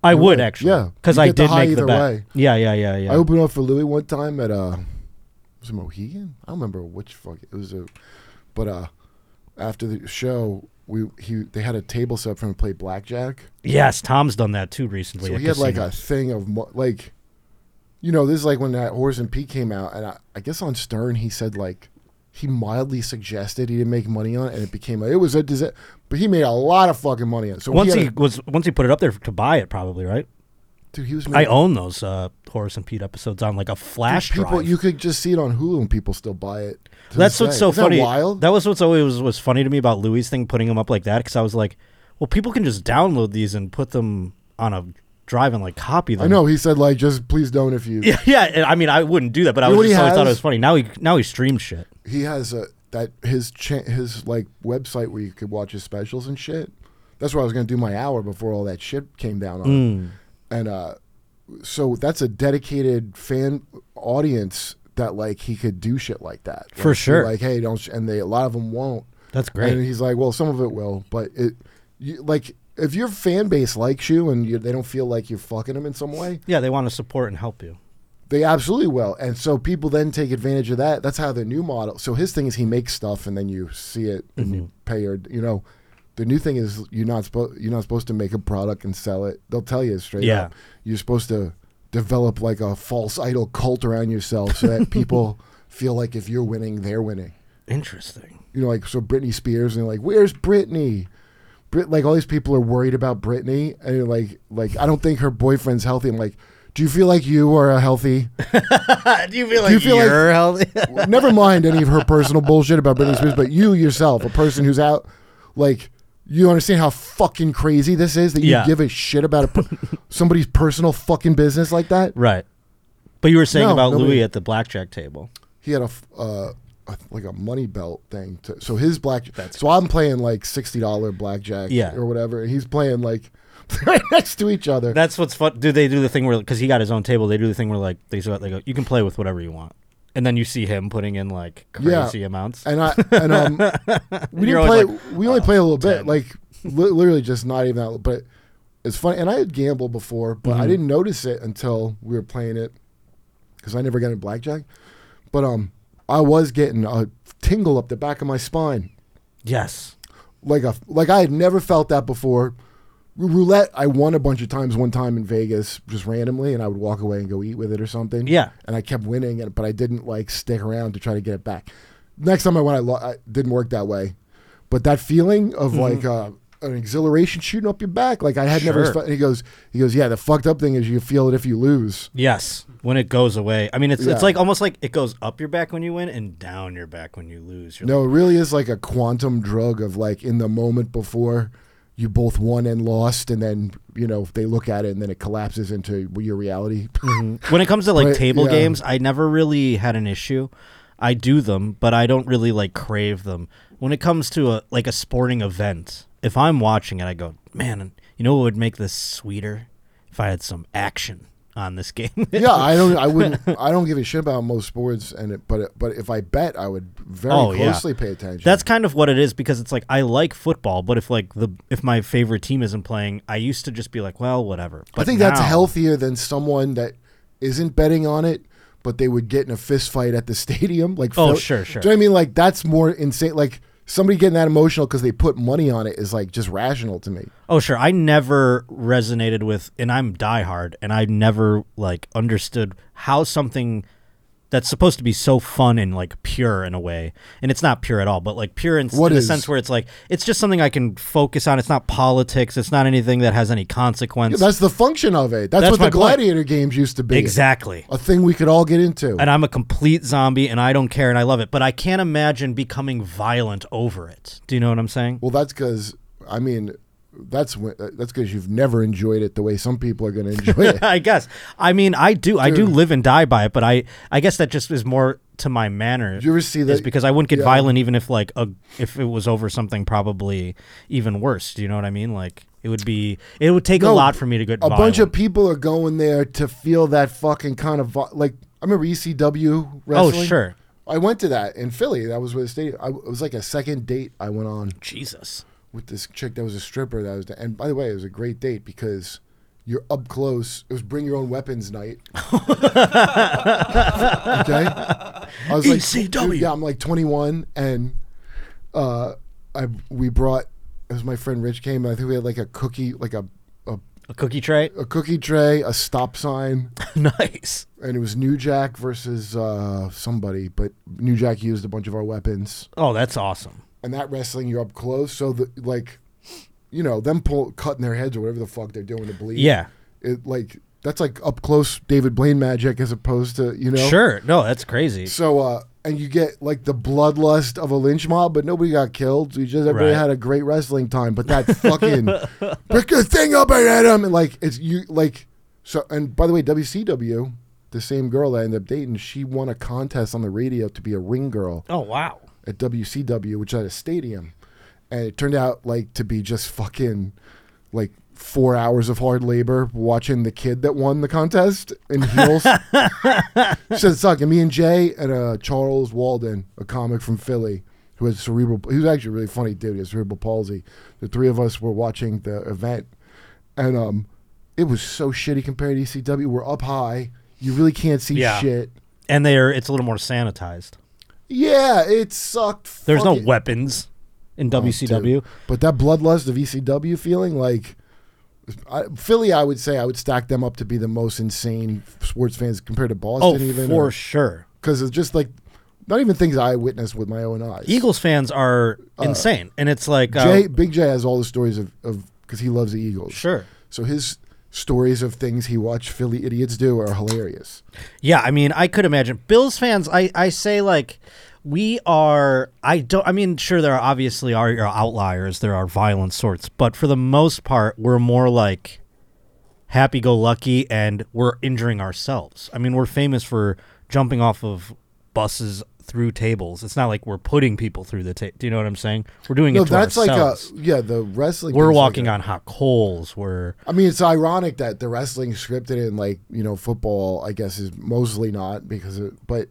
[SPEAKER 1] I would
[SPEAKER 2] would.
[SPEAKER 1] actually.
[SPEAKER 2] Yeah.
[SPEAKER 1] Because
[SPEAKER 2] You
[SPEAKER 1] I
[SPEAKER 2] get the
[SPEAKER 1] did
[SPEAKER 2] high
[SPEAKER 1] make the
[SPEAKER 2] either
[SPEAKER 1] bet.
[SPEAKER 2] way.
[SPEAKER 1] Yeah, yeah, yeah, yeah.
[SPEAKER 2] I opened up for Louis one time at uh, was it Mohegan? I don't remember which fuck it was. A, but uh, after the show, we he they had a table set up for him to play blackjack.
[SPEAKER 1] yes, Tom's done that too recently.
[SPEAKER 2] So
[SPEAKER 1] at
[SPEAKER 2] he had like a
[SPEAKER 1] Oh, casinos.
[SPEAKER 2] thing of mo- like, you know, this is like when that Horace and Pete came out, and I, I guess on Stern he said like he mildly suggested he didn't make money on it, and it became a, it was a disaster. But he made a lot of fucking money on it. So
[SPEAKER 1] once
[SPEAKER 2] he,
[SPEAKER 1] he
[SPEAKER 2] had a-
[SPEAKER 1] was once he put it up there to buy it, probably right.
[SPEAKER 2] dude, he was
[SPEAKER 1] I
[SPEAKER 2] making,
[SPEAKER 1] own those uh, Horace and Pete episodes on like a flash
[SPEAKER 2] people.
[SPEAKER 1] drive.
[SPEAKER 2] You could just see it on Hulu, and people still buy it. to
[SPEAKER 1] That's
[SPEAKER 2] this
[SPEAKER 1] what's
[SPEAKER 2] day.
[SPEAKER 1] so
[SPEAKER 2] Isn't
[SPEAKER 1] funny.
[SPEAKER 2] That wild.
[SPEAKER 1] That was what's always was, was funny to me about Louis' thing putting them up like that because I was like, well, people can just download these and put them on a drive and like copy them.
[SPEAKER 2] I know. He said like, just please don't if you.
[SPEAKER 1] <laughs> Yeah, yeah. and I mean, I wouldn't do that, but I
[SPEAKER 2] You know
[SPEAKER 1] was
[SPEAKER 2] what
[SPEAKER 1] just
[SPEAKER 2] he
[SPEAKER 1] always thought it
[SPEAKER 2] has?
[SPEAKER 1] was funny. Now he now he streams shit.
[SPEAKER 2] He has a that his cha- his like website where you could watch his specials and shit. That's where I was gonna do my hour before all that shit came down on.
[SPEAKER 1] Mm.
[SPEAKER 2] it. And uh, so that's a dedicated fan audience that like he could do shit like that
[SPEAKER 1] For
[SPEAKER 2] Like,
[SPEAKER 1] sure.
[SPEAKER 2] Like hey, don't sh-, and they a lot of them won't.
[SPEAKER 1] That's great.
[SPEAKER 2] And he's like, well, some of it will, but it you, like if your fan base likes you and you, they don't feel like you're fucking them in some way,
[SPEAKER 1] Yeah, they want to support and help you.
[SPEAKER 2] They absolutely will. And so people then take advantage of that. That's how the new model. So his thing is he makes stuff and then you see it and you
[SPEAKER 1] Mm-hmm.
[SPEAKER 2] pay your, you know, the new thing is you're not supposed you're not supposed to make a product and sell it. They'll tell you straight
[SPEAKER 1] Yeah.
[SPEAKER 2] up. You're supposed to develop like a false idol cult around yourself so
[SPEAKER 1] <laughs>
[SPEAKER 2] that people feel like if you're winning, they're winning. <laughs>
[SPEAKER 1] Interesting.
[SPEAKER 2] You know, like so Britney Spears and they're like, "Where's Britney?" Brit, like all these people are worried about Britney and you're like like I don't think her boyfriend's healthy. I'm like, "Do you feel like you are a healthy?"
[SPEAKER 1] do you feel
[SPEAKER 2] like feel like- you're
[SPEAKER 1] healthy?
[SPEAKER 2] never mind any of her personal bullshit about Britney Spears, but you yourself, a person who's out, like, you understand how fucking crazy this is that you
[SPEAKER 1] Yeah.
[SPEAKER 2] give a shit about a per- somebody's personal fucking business like that.
[SPEAKER 1] <laughs> right. But you were saying
[SPEAKER 2] No,
[SPEAKER 1] about
[SPEAKER 2] nobody-
[SPEAKER 1] Louis at the blackjack table.
[SPEAKER 2] He had a, f- uh, a- like a money belt thing. To, so his black, so I'm playing like sixty dollar blackjack,
[SPEAKER 1] Yeah.
[SPEAKER 2] or whatever, and he's playing like <laughs> right next to each other.
[SPEAKER 1] That's what's fun. Do they do the thing where because he got his own table, they do the thing where like they so they go, you can play with whatever you want, and then you see him putting in like
[SPEAKER 2] Yeah.
[SPEAKER 1] crazy amounts.
[SPEAKER 2] and I and
[SPEAKER 1] <laughs>
[SPEAKER 2] um, we
[SPEAKER 1] You're
[SPEAKER 2] didn't play.
[SPEAKER 1] always
[SPEAKER 2] we only play a little bit, like li- literally just not even that. But it's funny. And I had gambled before, but
[SPEAKER 1] Mm-hmm.
[SPEAKER 2] I didn't notice it until we were playing it because I never got in blackjack. But um, I was getting a tingle up the back of my spine,
[SPEAKER 1] yes.
[SPEAKER 2] like a like I had never felt that before. Roulette, I won a bunch of times. One time in Vegas, just randomly, and I would walk away and go eat with it or something.
[SPEAKER 1] Yeah.
[SPEAKER 2] and I kept winning, and but I didn't like stick around to try to get it back. Next time I went, I, lo- I didn't work that way, but that feeling
[SPEAKER 1] Mm-hmm.
[SPEAKER 2] of like uh, an exhilaration shooting up your back, like I had never.
[SPEAKER 1] Sure.
[SPEAKER 2] Felt, and he goes, he goes, yeah. The fucked up thing is you feel it if you lose.
[SPEAKER 1] Yes. When it goes away, I mean, it's
[SPEAKER 2] Yeah.
[SPEAKER 1] it's like almost like it goes up your back when you win and down your back when you lose. You're like,
[SPEAKER 2] No, it really is like a quantum drug of like in the moment before you both won and lost, and then you know they look at it and then it collapses into your reality.
[SPEAKER 1] when it comes to like
[SPEAKER 2] But,
[SPEAKER 1] table
[SPEAKER 2] yeah.
[SPEAKER 1] games, I never really had an issue. I do them, but I don't really like crave them. When it comes to a like a sporting event, if I'm watching it, I go, man, you know what would make this sweeter if I had some action on this <laughs> game.
[SPEAKER 2] <laughs> yeah, I don't. I wouldn't. I don't give a shit about most sports, and it, but but if I bet, I would very
[SPEAKER 1] Oh, yeah.
[SPEAKER 2] closely pay attention.
[SPEAKER 1] That's kind of what it is because it's like I like football, but if like the if my favorite team isn't playing, I used to just be like, well, whatever. But
[SPEAKER 2] I think that's
[SPEAKER 1] now-
[SPEAKER 2] healthier than someone that isn't betting on it, but they would get in a fist fight at the stadium. Like,
[SPEAKER 1] Oh,
[SPEAKER 2] Phil-
[SPEAKER 1] sure, sure.
[SPEAKER 2] Do you know what I mean? Like, that's more insane. Like, somebody getting that emotional because they put money on it is like just rational to me.
[SPEAKER 1] Oh, sure. I never resonated with, and I'm diehard, and I never like understood how something that's supposed to be so fun and like pure in a way, and it's not pure at all, but like pure in,
[SPEAKER 2] What
[SPEAKER 1] in the
[SPEAKER 2] is?
[SPEAKER 1] sense where it's like it's just something I can focus on. It's not politics. It's not anything that has any consequence.
[SPEAKER 2] That's the function of it. That's,
[SPEAKER 1] That's
[SPEAKER 2] what
[SPEAKER 1] my
[SPEAKER 2] the
[SPEAKER 1] point.
[SPEAKER 2] gladiator games used to be.
[SPEAKER 1] exactly.
[SPEAKER 2] A thing we could all get into.
[SPEAKER 1] And I'm a complete zombie, and I don't care, and I love it. But I can't imagine becoming violent over it. Do you know what I'm saying? <laughs>
[SPEAKER 2] Well, that's because I mean, that's when, that's because you've never enjoyed it the way some people are going to enjoy
[SPEAKER 1] <laughs>
[SPEAKER 2] it.
[SPEAKER 1] I guess. I mean, I do. I do live and die by it, but I, I guess that just is more to my manner.
[SPEAKER 2] Did you ever see that?
[SPEAKER 1] Is because I wouldn't get
[SPEAKER 2] yeah.
[SPEAKER 1] violent even if like a if it was over something probably even worse. Do you know what I mean? Like it would be. It would take a
[SPEAKER 2] No,
[SPEAKER 1] lot for me to get
[SPEAKER 2] a
[SPEAKER 1] violent.
[SPEAKER 2] bunch of people are going there to feel that fucking kind of vi- like I remember ECW
[SPEAKER 1] Oh
[SPEAKER 2] wrestling.
[SPEAKER 1] sure,
[SPEAKER 2] I went to that in Philly. That was where the stadium. I, it was like a second date I went on
[SPEAKER 1] Jesus.
[SPEAKER 2] with this chick that was a stripper. That was, and by the way, it was a great date because you're up close. It was bring your own weapons night. okay, I was
[SPEAKER 1] ECW.
[SPEAKER 2] dude, yeah, I'm like 21, and uh, I we brought. It was my friend Rich came, and I think we had like a cookie, like a a,
[SPEAKER 1] A cookie
[SPEAKER 2] <laughs>
[SPEAKER 1] tray. <laughs>
[SPEAKER 2] a cookie tray, a stop sign
[SPEAKER 1] nice.
[SPEAKER 2] and it was New Jack versus uh, somebody, but New Jack used a bunch of our weapons.
[SPEAKER 1] Oh, that's awesome.
[SPEAKER 2] And that wrestling, you're up close, so the like, you know, them pull cutting their heads or whatever the fuck they're doing to bleed.
[SPEAKER 1] Yeah.
[SPEAKER 2] it like that's like up close David Blaine magic as opposed to you know.
[SPEAKER 1] Sure. No, that's crazy.
[SPEAKER 2] So uh, and you get like the bloodlust of a lynch mob, but nobody got killed. We just everybody
[SPEAKER 1] Right.
[SPEAKER 2] had a great wrestling time. But that
[SPEAKER 1] <laughs>
[SPEAKER 2] fucking pick the thing up and hit him, and like it's you like so. And by the way, WCW, the same girl I ended up dating, she won a contest on the radio to be a ring girl
[SPEAKER 1] Oh wow.
[SPEAKER 2] at WCW, which had a stadium, and it turned out like to be just fucking like four hours of hard labor watching the kid that won the contest
[SPEAKER 1] <laughs>
[SPEAKER 2] in heels. so it sucked. And me and Jay and uh, Charles Walden, a comic from Philly. Who has cerebral? He was actually a really funny dude. He has cerebral palsy. The three of us were watching the event, and um, it was so shitty compared to ECW. We're up high. You really can't see
[SPEAKER 1] Yeah.
[SPEAKER 2] shit.
[SPEAKER 1] And they're it's a little more sanitized.
[SPEAKER 2] Yeah, it sucked.
[SPEAKER 1] There's no
[SPEAKER 2] fucking-
[SPEAKER 1] weapons in WCW.
[SPEAKER 2] Oh, Dude, But that bloodlust of ECW feeling, like I, Philly, I would say I would stack them up to be the most insane sports fans compared to
[SPEAKER 1] oh,
[SPEAKER 2] Boston, even
[SPEAKER 1] for sure.
[SPEAKER 2] because it's just like not even things I witnessed with my own eyes.
[SPEAKER 1] Eagles fans are insane, and it's like uh,
[SPEAKER 2] Uh, Jay, Big Jay has all the stories of because he loves the Eagles.
[SPEAKER 1] sure.
[SPEAKER 2] So his stories of things he watched Philly idiots do are hilarious.
[SPEAKER 1] Yeah, I mean, I could imagine Bills fans. I I say like we are. I don't. I mean, sure, there are obviously are your outliers. There are violent sorts, but for the most part, we're more like happy-go-lucky, and we're injuring ourselves. I mean, we're famous for jumping off of buses through tables. It's not like we're putting people through the table. Do you know what I'm saying? We're doing
[SPEAKER 2] No,
[SPEAKER 1] it to
[SPEAKER 2] that's
[SPEAKER 1] ourselves.
[SPEAKER 2] like a yeah. The wrestling.
[SPEAKER 1] we're
[SPEAKER 2] thing's like
[SPEAKER 1] walking
[SPEAKER 2] a-
[SPEAKER 1] on hot coals. We're
[SPEAKER 2] I mean, it's ironic that the wrestling scripted and like you know football, I guess, is mostly not because, it, but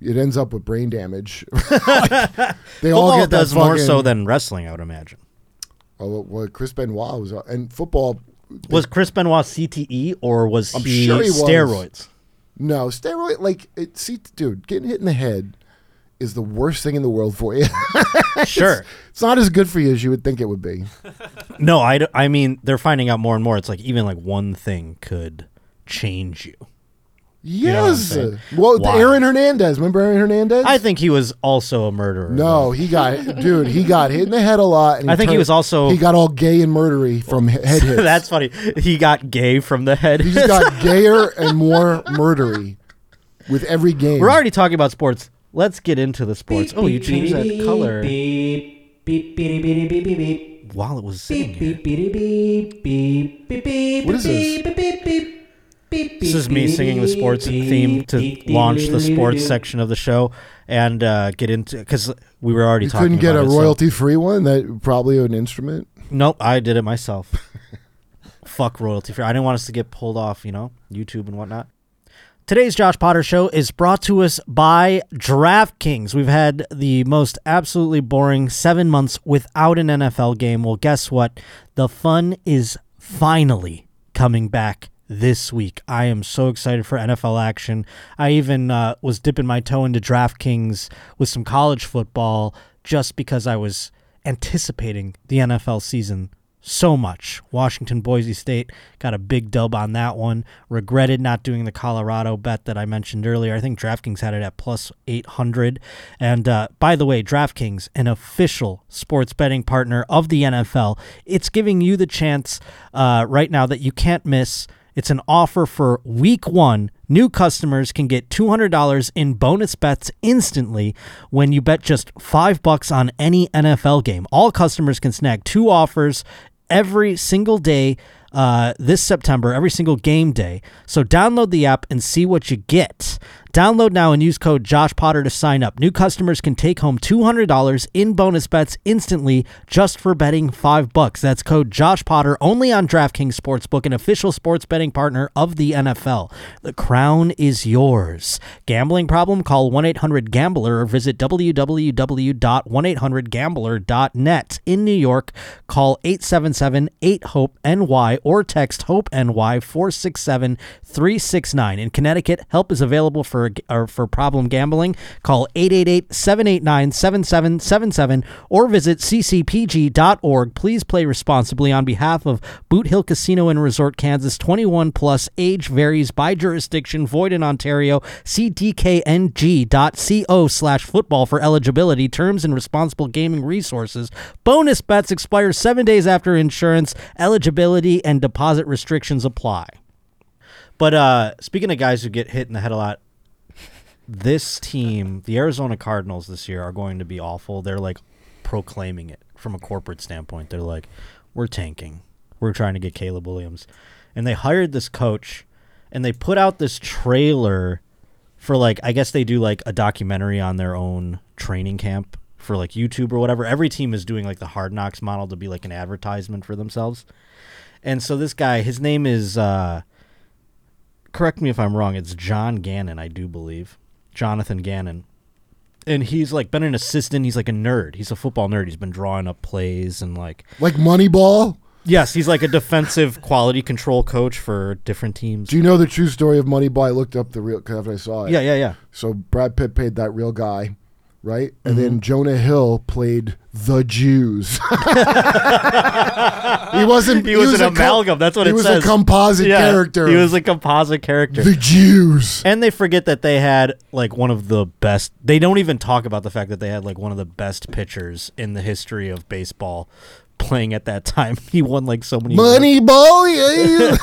[SPEAKER 2] it ends up with brain damage. <laughs>
[SPEAKER 1] <laughs>
[SPEAKER 2] they all
[SPEAKER 1] football
[SPEAKER 2] get that
[SPEAKER 1] does more
[SPEAKER 2] fucking-
[SPEAKER 1] so than wrestling, I would imagine.
[SPEAKER 2] Oh, well, Chris Benoit was and football.
[SPEAKER 1] Was Chris Benoit CTE or was
[SPEAKER 2] I'm
[SPEAKER 1] he,
[SPEAKER 2] sure he was. <laughs>
[SPEAKER 1] steroids?
[SPEAKER 2] No steroid, like it. See, dude, getting hit in the head is the worst thing in the world for you. <laughs>
[SPEAKER 1] sure.
[SPEAKER 2] it's not as good for you as you would think it would be.
[SPEAKER 1] No, I, d- I mean, they're finding out more and more. It's like even like one thing could change you. know what I'm
[SPEAKER 2] Yes.
[SPEAKER 1] saying?
[SPEAKER 2] well, the
[SPEAKER 1] Why?
[SPEAKER 2] Aaron Hernandez. Remember Aaron Hernandez?
[SPEAKER 1] I think he was also a murderer. <laughs>
[SPEAKER 2] No, he got dude. He got hit in the head a lot. And
[SPEAKER 1] I think he
[SPEAKER 2] turned-
[SPEAKER 1] was also-
[SPEAKER 2] he got all gay and murdery from he-
[SPEAKER 1] <laughs>
[SPEAKER 2] head hits.
[SPEAKER 1] That's funny. He got gay from the head.
[SPEAKER 2] he just got gayer and more murdery with every
[SPEAKER 1] <laughs>
[SPEAKER 2] game.
[SPEAKER 1] We're already talking about sports. Let's get into the sports. oh, you changed that color
[SPEAKER 3] Beep, beep, beep, beep, beep, beep, beep.
[SPEAKER 1] while it was sitting here.
[SPEAKER 3] Beep, beep, beep, beep, beep, beep.
[SPEAKER 2] What is this?
[SPEAKER 3] Beep, beep, beep, beep.
[SPEAKER 1] This is me singing the sports theme to launch the sports section of the show and uh, get into because we were already
[SPEAKER 2] You
[SPEAKER 1] talking
[SPEAKER 2] couldn't get a
[SPEAKER 1] about it, so-
[SPEAKER 2] royalty free one that probably an instrument.
[SPEAKER 1] Nope, I did it myself. Fuck royalty free. I didn't want us to get pulled off, you know, YouTube and whatnot. Today's Josh Potter show is brought to us by DraftKings. We've had the most absolutely boring seven months without an NFL game. Well, guess what? The fun is finally coming back this week. I am so excited for NFL action. I even uh, was dipping my toe into DraftKings with some college football just because I was anticipating the NFL season so much. Washington Boise State got a big dub on that one. Regretted not doing the Colorado bet that I mentioned earlier. I think DraftKings had it at plus 800. And uh, by the way, DraftKings, an official sports betting partner of the NFL, it's giving you the chance uh, right now that you can't miss. It's an offer for week one. New customers can get $200 in bonus bets instantly when you bet just five bucks on any NFL game. All customers can snag two offers every single day uh, this September, every single game day. So download the app and see what you get. Download now and use code Josh Potter to sign up. New customers can take home $200 in bonus bets instantly just for betting 5 bucks. That's code Josh Potter only on DraftKings Sportsbook, an official sports betting partner of the NFL. The crown is yours. Gambling problem? Call 1-800-GAMBLER or visit www.1800gambler.net. In New York, call 877-8-HOPE-NY or text HOPE-NY 467-369. In Connecticut, help is available for or for problem gambling. Call 888-789-7777 or visit ccpg.org. Please play responsibly on behalf of Boot Hill Casino and Resort, Kansas. 21 plus. Age varies by jurisdiction. Void in Ontario. cdkng.co slash football for eligibility, terms, and responsible gaming resources. Bonus bets expire seven days after insurance. Eligibility and deposit restrictions apply. But uh, speaking of guys who get hit in the head a lot, this team, the Arizona Cardinals this year, are going to be awful. They're like proclaiming it from a corporate standpoint. They're like, we're tanking. We're trying to get Caleb Williams. And they hired this coach and they put out this trailer for like, I guess they do like a documentary on their own training camp for like YouTube or whatever. Every team is doing like the hard knocks model to be like an advertisement for themselves. And so this guy, his name is, uh, correct me if I'm wrong, it's John Gannon, I do believe. Jonathan Gannon. And he's like been an assistant. He's like a nerd. He's a football nerd. He's been drawing up plays and like
[SPEAKER 2] Like Moneyball.
[SPEAKER 1] yes, he's like a
[SPEAKER 2] <laughs>
[SPEAKER 1] defensive quality control coach for different teams.
[SPEAKER 2] Do you know the true story of Moneyball? I looked up the real after I saw it.
[SPEAKER 1] Yeah, yeah, yeah.
[SPEAKER 2] So Brad Pitt played that real guy, right? And
[SPEAKER 1] Mm-hmm.
[SPEAKER 2] then Jonah Hill played the Jews. <laughs> he wasn't.
[SPEAKER 1] He, was, an
[SPEAKER 2] a com-
[SPEAKER 1] amalgam. That's what
[SPEAKER 2] he
[SPEAKER 1] it
[SPEAKER 2] was
[SPEAKER 1] says.
[SPEAKER 2] a composite
[SPEAKER 1] Yeah,
[SPEAKER 2] character.
[SPEAKER 1] He was a composite character.
[SPEAKER 2] the Jews.
[SPEAKER 1] and they forget that they had like one of the best. They don't even talk about the fact that they had like one of the best pitchers in the history of baseball playing at that time. <laughs> He won like so many
[SPEAKER 2] Moneyball.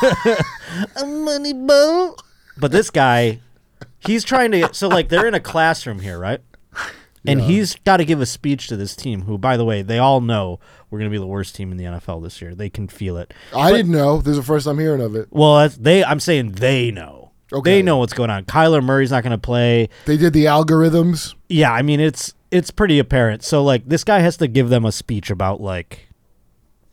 [SPEAKER 2] Yeah.
[SPEAKER 1] <laughs> money ball. But this guy, he's trying to. So like they're in a classroom here, right? And he's got to give a speech to this team, who, by the way, they all know we're going to be the worst team in the NFL this year. They can feel it.
[SPEAKER 2] I didn't know. This is the first I'm hearing of it.
[SPEAKER 1] Well, that's, they, I'm saying they know. They
[SPEAKER 2] Okay.
[SPEAKER 1] know what's going on. Kyler Murray's not going to play.
[SPEAKER 2] They did the algorithms.
[SPEAKER 1] Yeah, I mean it's it's pretty apparent. So like this guy has to give them a speech about like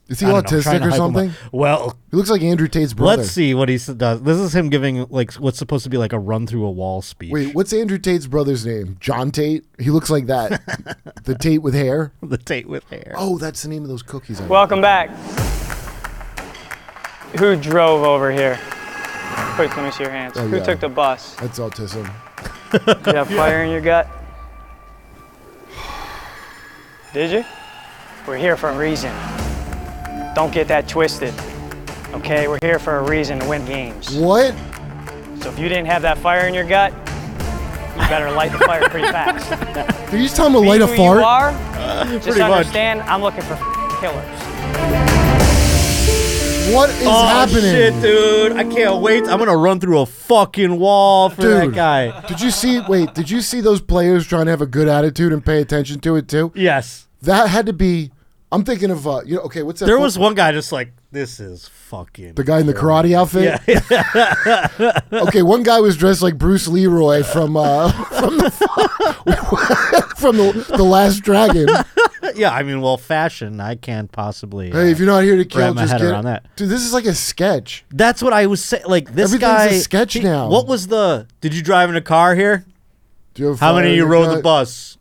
[SPEAKER 2] Is he
[SPEAKER 1] I don't know, trying
[SPEAKER 2] autistic
[SPEAKER 1] to
[SPEAKER 2] or
[SPEAKER 1] hype 'em up.
[SPEAKER 2] something?
[SPEAKER 1] Well,
[SPEAKER 2] He looks like Andrew Tate's brother.
[SPEAKER 1] let's see what he s- does. This is him giving like what's supposed to be like a run through a wall speech. <laughs>
[SPEAKER 2] Wait, what's Andrew Tate's brother's name? John Tate. He looks
[SPEAKER 1] <laughs>
[SPEAKER 2] like that. the Tate with hair.
[SPEAKER 1] the date with hair.
[SPEAKER 2] Oh, that's the name of those cookies. I
[SPEAKER 5] Welcome back. Who drove over here? Quick, let me see your hands.
[SPEAKER 2] Oh,
[SPEAKER 5] Who
[SPEAKER 2] yeah.
[SPEAKER 5] took the bus?
[SPEAKER 2] That's autism.
[SPEAKER 5] You
[SPEAKER 2] <laughs>
[SPEAKER 5] have fire in your gut? Did you? We're here for a reason. Don't get that twisted. Okay, we're here for a reason to win games.
[SPEAKER 2] What?
[SPEAKER 5] So if you didn't have that fire in your gut, you better light the fire pretty fast.
[SPEAKER 2] Did you just tell him to <laughs> light a
[SPEAKER 5] Be who
[SPEAKER 2] fart?
[SPEAKER 5] You are, just
[SPEAKER 1] pretty much.
[SPEAKER 5] understand I'm looking for killers.
[SPEAKER 2] What is
[SPEAKER 1] Oh,
[SPEAKER 2] happening?
[SPEAKER 1] shit, dude! I can't wait. I'm gonna run through a fucking wall for that
[SPEAKER 2] Dude.
[SPEAKER 1] guy.
[SPEAKER 2] Did you see? Wait, did you see those players trying to have a good attitude and pay attention to it too?
[SPEAKER 1] Yes,
[SPEAKER 2] That had to be. I'm thinking of uh, you know. Okay, what's that?
[SPEAKER 1] there
[SPEAKER 2] fo-
[SPEAKER 1] was one guy just like this is fucking
[SPEAKER 2] the guy in the karate outfit.
[SPEAKER 1] Yeah, <laughs>
[SPEAKER 2] Okay, one guy was dressed like Bruce Leroy from uh, <laughs> from the from the, <laughs> the Last Dragon.
[SPEAKER 1] yeah. I mean, well, fashion. I can't possibly.
[SPEAKER 2] Hey,
[SPEAKER 1] uh,
[SPEAKER 2] if you're not here to kill,
[SPEAKER 1] Wrap my
[SPEAKER 2] just
[SPEAKER 1] head
[SPEAKER 2] get
[SPEAKER 1] around that.
[SPEAKER 2] Dude, this is like a sketch.
[SPEAKER 1] That's what I was saying. Like this
[SPEAKER 2] Everything's
[SPEAKER 1] guy.
[SPEAKER 2] a sketch
[SPEAKER 1] he-
[SPEAKER 2] now.
[SPEAKER 1] What was the? Did you drive in a car here?
[SPEAKER 2] Do you have
[SPEAKER 1] How many
[SPEAKER 2] fire
[SPEAKER 1] of you
[SPEAKER 2] in your
[SPEAKER 1] rode the
[SPEAKER 2] gut?
[SPEAKER 1] bus?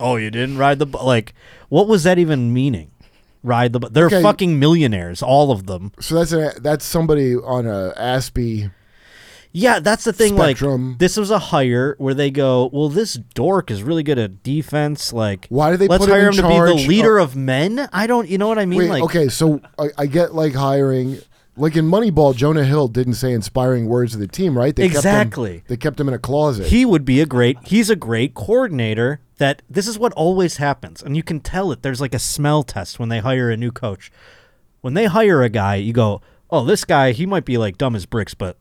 [SPEAKER 1] Oh, you didn't ride the bus. Like, what was that even meaning? Ride the bus. They're
[SPEAKER 2] Okay.
[SPEAKER 1] fucking millionaires, all of them.
[SPEAKER 2] So that's a, that's somebody on a Aspie.
[SPEAKER 1] Yeah, that's the thing.
[SPEAKER 2] Spectrum.
[SPEAKER 1] Like, this was a hire where they go, well, this dork is really good at defense. Like,
[SPEAKER 2] Why did they
[SPEAKER 1] let's
[SPEAKER 2] put him
[SPEAKER 1] hire
[SPEAKER 2] in
[SPEAKER 1] him, to be
[SPEAKER 2] charge
[SPEAKER 1] the leader of men? I don't. You know what I mean?
[SPEAKER 2] Wait,
[SPEAKER 1] like,
[SPEAKER 2] okay, so I, I get like hiring, like in Moneyball, Jonah Hill didn't say inspiring words to the team, right? They Kept
[SPEAKER 1] Exactly.
[SPEAKER 2] him, they kept him in a closet.
[SPEAKER 1] he would be a great he's a great coordinator that this is what always happens and you can tell it there's like a smell test when they hire a new coach when they hire a guy you go oh this guy he might be like dumb as bricks but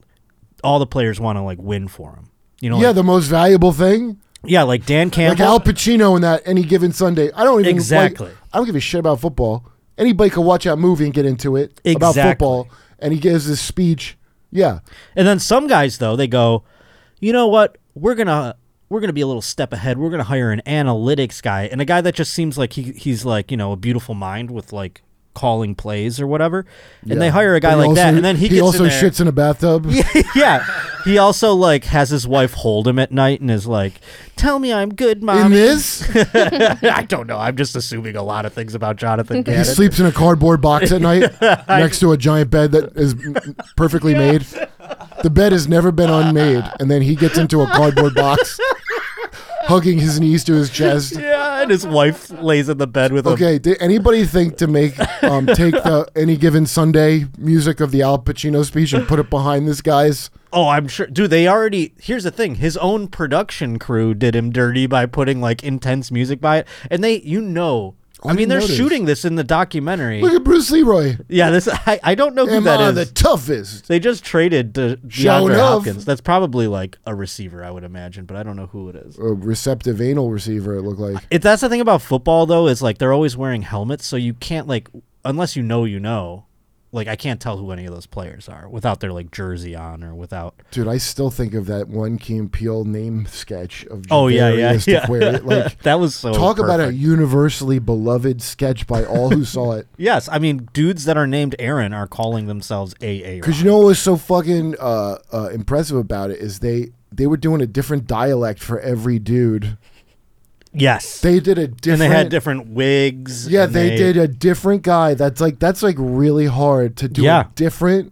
[SPEAKER 1] all the players want to like win for him you know
[SPEAKER 2] yeah,
[SPEAKER 1] like,
[SPEAKER 2] the most valuable thing,
[SPEAKER 1] Oh, yeah like dan
[SPEAKER 2] like
[SPEAKER 1] campbell
[SPEAKER 2] Al Pacino in that any given Sunday. I don't even like-
[SPEAKER 1] Exactly.
[SPEAKER 2] I don't give a shit about football. anybody could watch that movie and get into it about
[SPEAKER 1] Exactly.
[SPEAKER 2] football. And he gives this speech. Yeah,
[SPEAKER 1] And then some guys though, they go, "You know what? We're going to we're going to be a little step ahead. We're going to hire an analytics guy and a guy that just seems like he he's like, you know, a beautiful mind with like calling plays or whatever. And they
[SPEAKER 2] Yeah.
[SPEAKER 1] hire a guy
[SPEAKER 2] But
[SPEAKER 1] like
[SPEAKER 2] he
[SPEAKER 1] that
[SPEAKER 2] also-
[SPEAKER 1] and then he,
[SPEAKER 2] he
[SPEAKER 1] gets in
[SPEAKER 2] also
[SPEAKER 1] there-
[SPEAKER 2] shits <laughs> in a bathtub.
[SPEAKER 1] <laughs> yeah. He also like has his wife hold him at night and is like, "Tell me I'm good,
[SPEAKER 2] In
[SPEAKER 1] mommy."
[SPEAKER 2] this,
[SPEAKER 1] <laughs> I don't know. I'm just assuming a lot of things about
[SPEAKER 2] <laughs>
[SPEAKER 1] Jonathan
[SPEAKER 2] he
[SPEAKER 1] Gannon.
[SPEAKER 2] sleeps in a cardboard box
[SPEAKER 1] <laughs>
[SPEAKER 2] at night next to a giant bed that is m- perfectly made. The bed has never been unmade, and then he gets into a
[SPEAKER 1] <laughs>
[SPEAKER 2] cardboard box, hugging his knees to his chest.
[SPEAKER 1] yeah, and his wife lays in the bed with a
[SPEAKER 2] Okay, did anybody think to make um, take the any given Sunday music of the Al Pacino speech and put it behind this guy's?
[SPEAKER 1] Oh, I'm sure. Dude, they already. Here's the thing: his own production crew did him dirty by putting like intense music by it, and they, you know,
[SPEAKER 2] Oh, I
[SPEAKER 1] I mean,
[SPEAKER 2] didn't
[SPEAKER 1] they're
[SPEAKER 2] notice.
[SPEAKER 1] shooting this in the documentary.
[SPEAKER 2] Look at Bruce Leroy.
[SPEAKER 1] yeah, this. <laughs> I, I don't know who
[SPEAKER 2] Am
[SPEAKER 1] that
[SPEAKER 2] I
[SPEAKER 1] is.
[SPEAKER 2] the toughest?
[SPEAKER 1] they just traded to
[SPEAKER 2] Show
[SPEAKER 1] DeAndre
[SPEAKER 2] enough.
[SPEAKER 1] Hopkins. That's probably like a receiver, I would imagine, but I don't know who it is.
[SPEAKER 2] A receptive anal receiver. It looked like.
[SPEAKER 1] If that's the thing about football, though, is like they're always wearing helmets, so you can't like unless you know you know. Like I can't tell who any of those players are without their like jersey on or without. <laughs>
[SPEAKER 2] Dude, I still think of that one Keen Peel name sketch of
[SPEAKER 1] Oh yeah, yeah,
[SPEAKER 2] Javarius
[SPEAKER 1] yeah. <laughs>
[SPEAKER 2] DeQuairi. Like,
[SPEAKER 1] that was so
[SPEAKER 2] talk about
[SPEAKER 1] perfect.
[SPEAKER 2] a universally beloved sketch by all who saw it.
[SPEAKER 1] Yes, I mean dudes that are named Aaron are calling themselves AA.
[SPEAKER 2] Because you know what was so fucking uh, uh, impressive about it is they they were doing a different dialect for every dude.
[SPEAKER 1] yes,
[SPEAKER 2] They did a
[SPEAKER 1] and
[SPEAKER 2] different.
[SPEAKER 1] they had different wigs.
[SPEAKER 2] Yeah,
[SPEAKER 1] and
[SPEAKER 2] they, did uh, a different guy. That's like that's like really hard to do.
[SPEAKER 1] Yeah.
[SPEAKER 2] a different.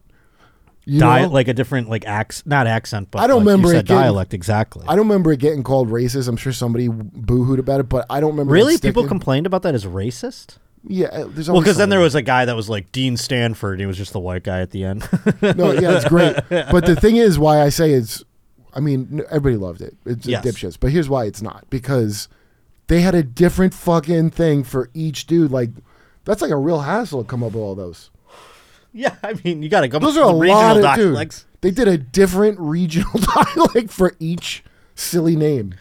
[SPEAKER 2] You
[SPEAKER 1] di-
[SPEAKER 2] know?
[SPEAKER 1] like a different like accent, not accent, but
[SPEAKER 2] I don't
[SPEAKER 1] like you
[SPEAKER 2] remember
[SPEAKER 1] said
[SPEAKER 2] it getting-
[SPEAKER 1] dialect exactly.
[SPEAKER 2] I don't remember it getting called racist. I'm sure somebody boohooed about it, but I don't remember. it
[SPEAKER 1] really, people
[SPEAKER 2] sticking.
[SPEAKER 1] complained about that as racist.
[SPEAKER 2] Yeah, uh, there's
[SPEAKER 1] Well,
[SPEAKER 2] always
[SPEAKER 1] because then there
[SPEAKER 2] somebody.
[SPEAKER 1] was a guy that was like Dean Stanford. He was just the white guy at the end. <laughs>
[SPEAKER 2] <laughs> No, yeah, it's great. But the thing is, why I say it's, I mean, n- everybody loved it. It's
[SPEAKER 1] Yes.
[SPEAKER 2] a dipshits. But here's why it's not because they had a different fucking thing for each dude. Like, that's like a real hassle to come up with all those.
[SPEAKER 1] yeah, I mean you got to go.
[SPEAKER 2] Those are a
[SPEAKER 1] the
[SPEAKER 2] lot
[SPEAKER 1] regional
[SPEAKER 2] of
[SPEAKER 1] dialects.
[SPEAKER 2] dudes. They did a different regional <laughs> dialect for each silly
[SPEAKER 1] <coughs>
[SPEAKER 2] name.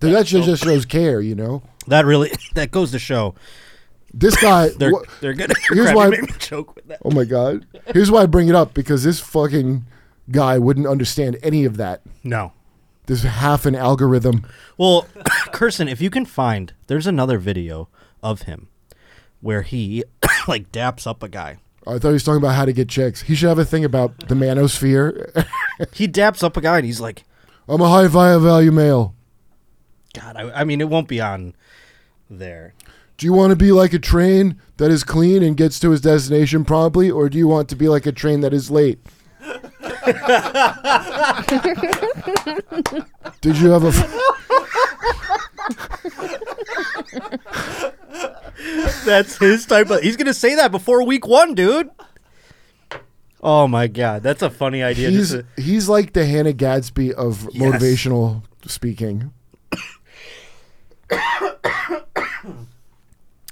[SPEAKER 2] Dude, that just, just shows care, you know.
[SPEAKER 1] That really <laughs> that goes to show
[SPEAKER 2] This guy,
[SPEAKER 1] <coughs> they're
[SPEAKER 2] wha-
[SPEAKER 1] they're good.
[SPEAKER 2] Here's
[SPEAKER 1] Crap,
[SPEAKER 2] why-
[SPEAKER 1] you made me joke with that.
[SPEAKER 2] oh my god. Here's why I bring it up because this fucking guy wouldn't understand any of that.
[SPEAKER 1] No,
[SPEAKER 2] There's half an algorithm.
[SPEAKER 1] Well, <coughs> Kirsten, if you can find, there's another video of him where he <coughs> like daps up a guy.
[SPEAKER 2] I thought he was talking about how to get chicks. He should have a thing about the manosphere. <laughs>
[SPEAKER 1] He daps up a guy and he's like,
[SPEAKER 2] I'm a high vi- value male.
[SPEAKER 1] God, I, I mean, it won't be on there.
[SPEAKER 2] Do you want to be like a train that is clean and gets to his destination promptly, or do you want to be like a train that is late? Did you have a?
[SPEAKER 1] <laughs>
[SPEAKER 2] F-
[SPEAKER 1] That's his type of. He's gonna say that before week one, dude. Oh my God, that's a funny idea. just
[SPEAKER 2] he's
[SPEAKER 1] to-
[SPEAKER 2] he's like the Hannah Gadsby of
[SPEAKER 1] Yes.
[SPEAKER 2] motivational speaking.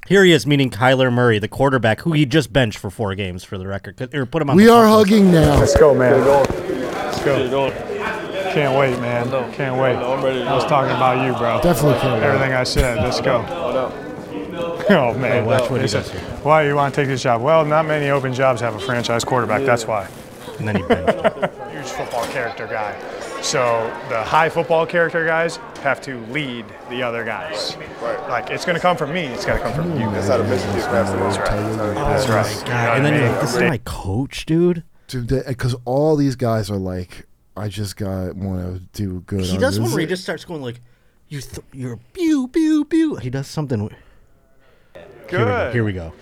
[SPEAKER 1] Here he is meeting Kyler Murray, the quarterback who he just benched for four games for the record. 'Cause- Or put him on.
[SPEAKER 2] We
[SPEAKER 1] the
[SPEAKER 2] are
[SPEAKER 1] pup list.
[SPEAKER 2] hugging now.
[SPEAKER 6] Let's go, man. Let's
[SPEAKER 4] Get
[SPEAKER 6] go.
[SPEAKER 4] it on.
[SPEAKER 6] Can't wait, man. Can't wait.
[SPEAKER 4] I'm ready to
[SPEAKER 6] I was
[SPEAKER 4] go.
[SPEAKER 6] talking about you, bro.
[SPEAKER 2] Definitely can't.
[SPEAKER 6] Everything I said. Let's go. <laughs> Oh man.
[SPEAKER 1] watch what he
[SPEAKER 6] They said,
[SPEAKER 1] does here.
[SPEAKER 6] Why you want to take this job? Well, not many open jobs have a franchise quarterback. That's why.
[SPEAKER 1] And then he benched. him.
[SPEAKER 6] Huge football character guy. So the high football character guys have to lead the other guys.
[SPEAKER 4] Right.
[SPEAKER 6] Like it's going to come from me. It's going to come from you.
[SPEAKER 4] That's how the mission keeps passing. That's
[SPEAKER 6] That's
[SPEAKER 4] right.
[SPEAKER 6] right. You know what
[SPEAKER 1] and then
[SPEAKER 6] I
[SPEAKER 1] you're
[SPEAKER 6] mean?
[SPEAKER 1] like, this is my coach, dude.
[SPEAKER 2] because all these guys are like, I just got want to do good.
[SPEAKER 1] He
[SPEAKER 2] on
[SPEAKER 1] does one
[SPEAKER 2] this."
[SPEAKER 1] where he just starts going like, "You, th- you're pew pew pew." He does something. w- Here we go.
[SPEAKER 6] Good.
[SPEAKER 1] Here we go.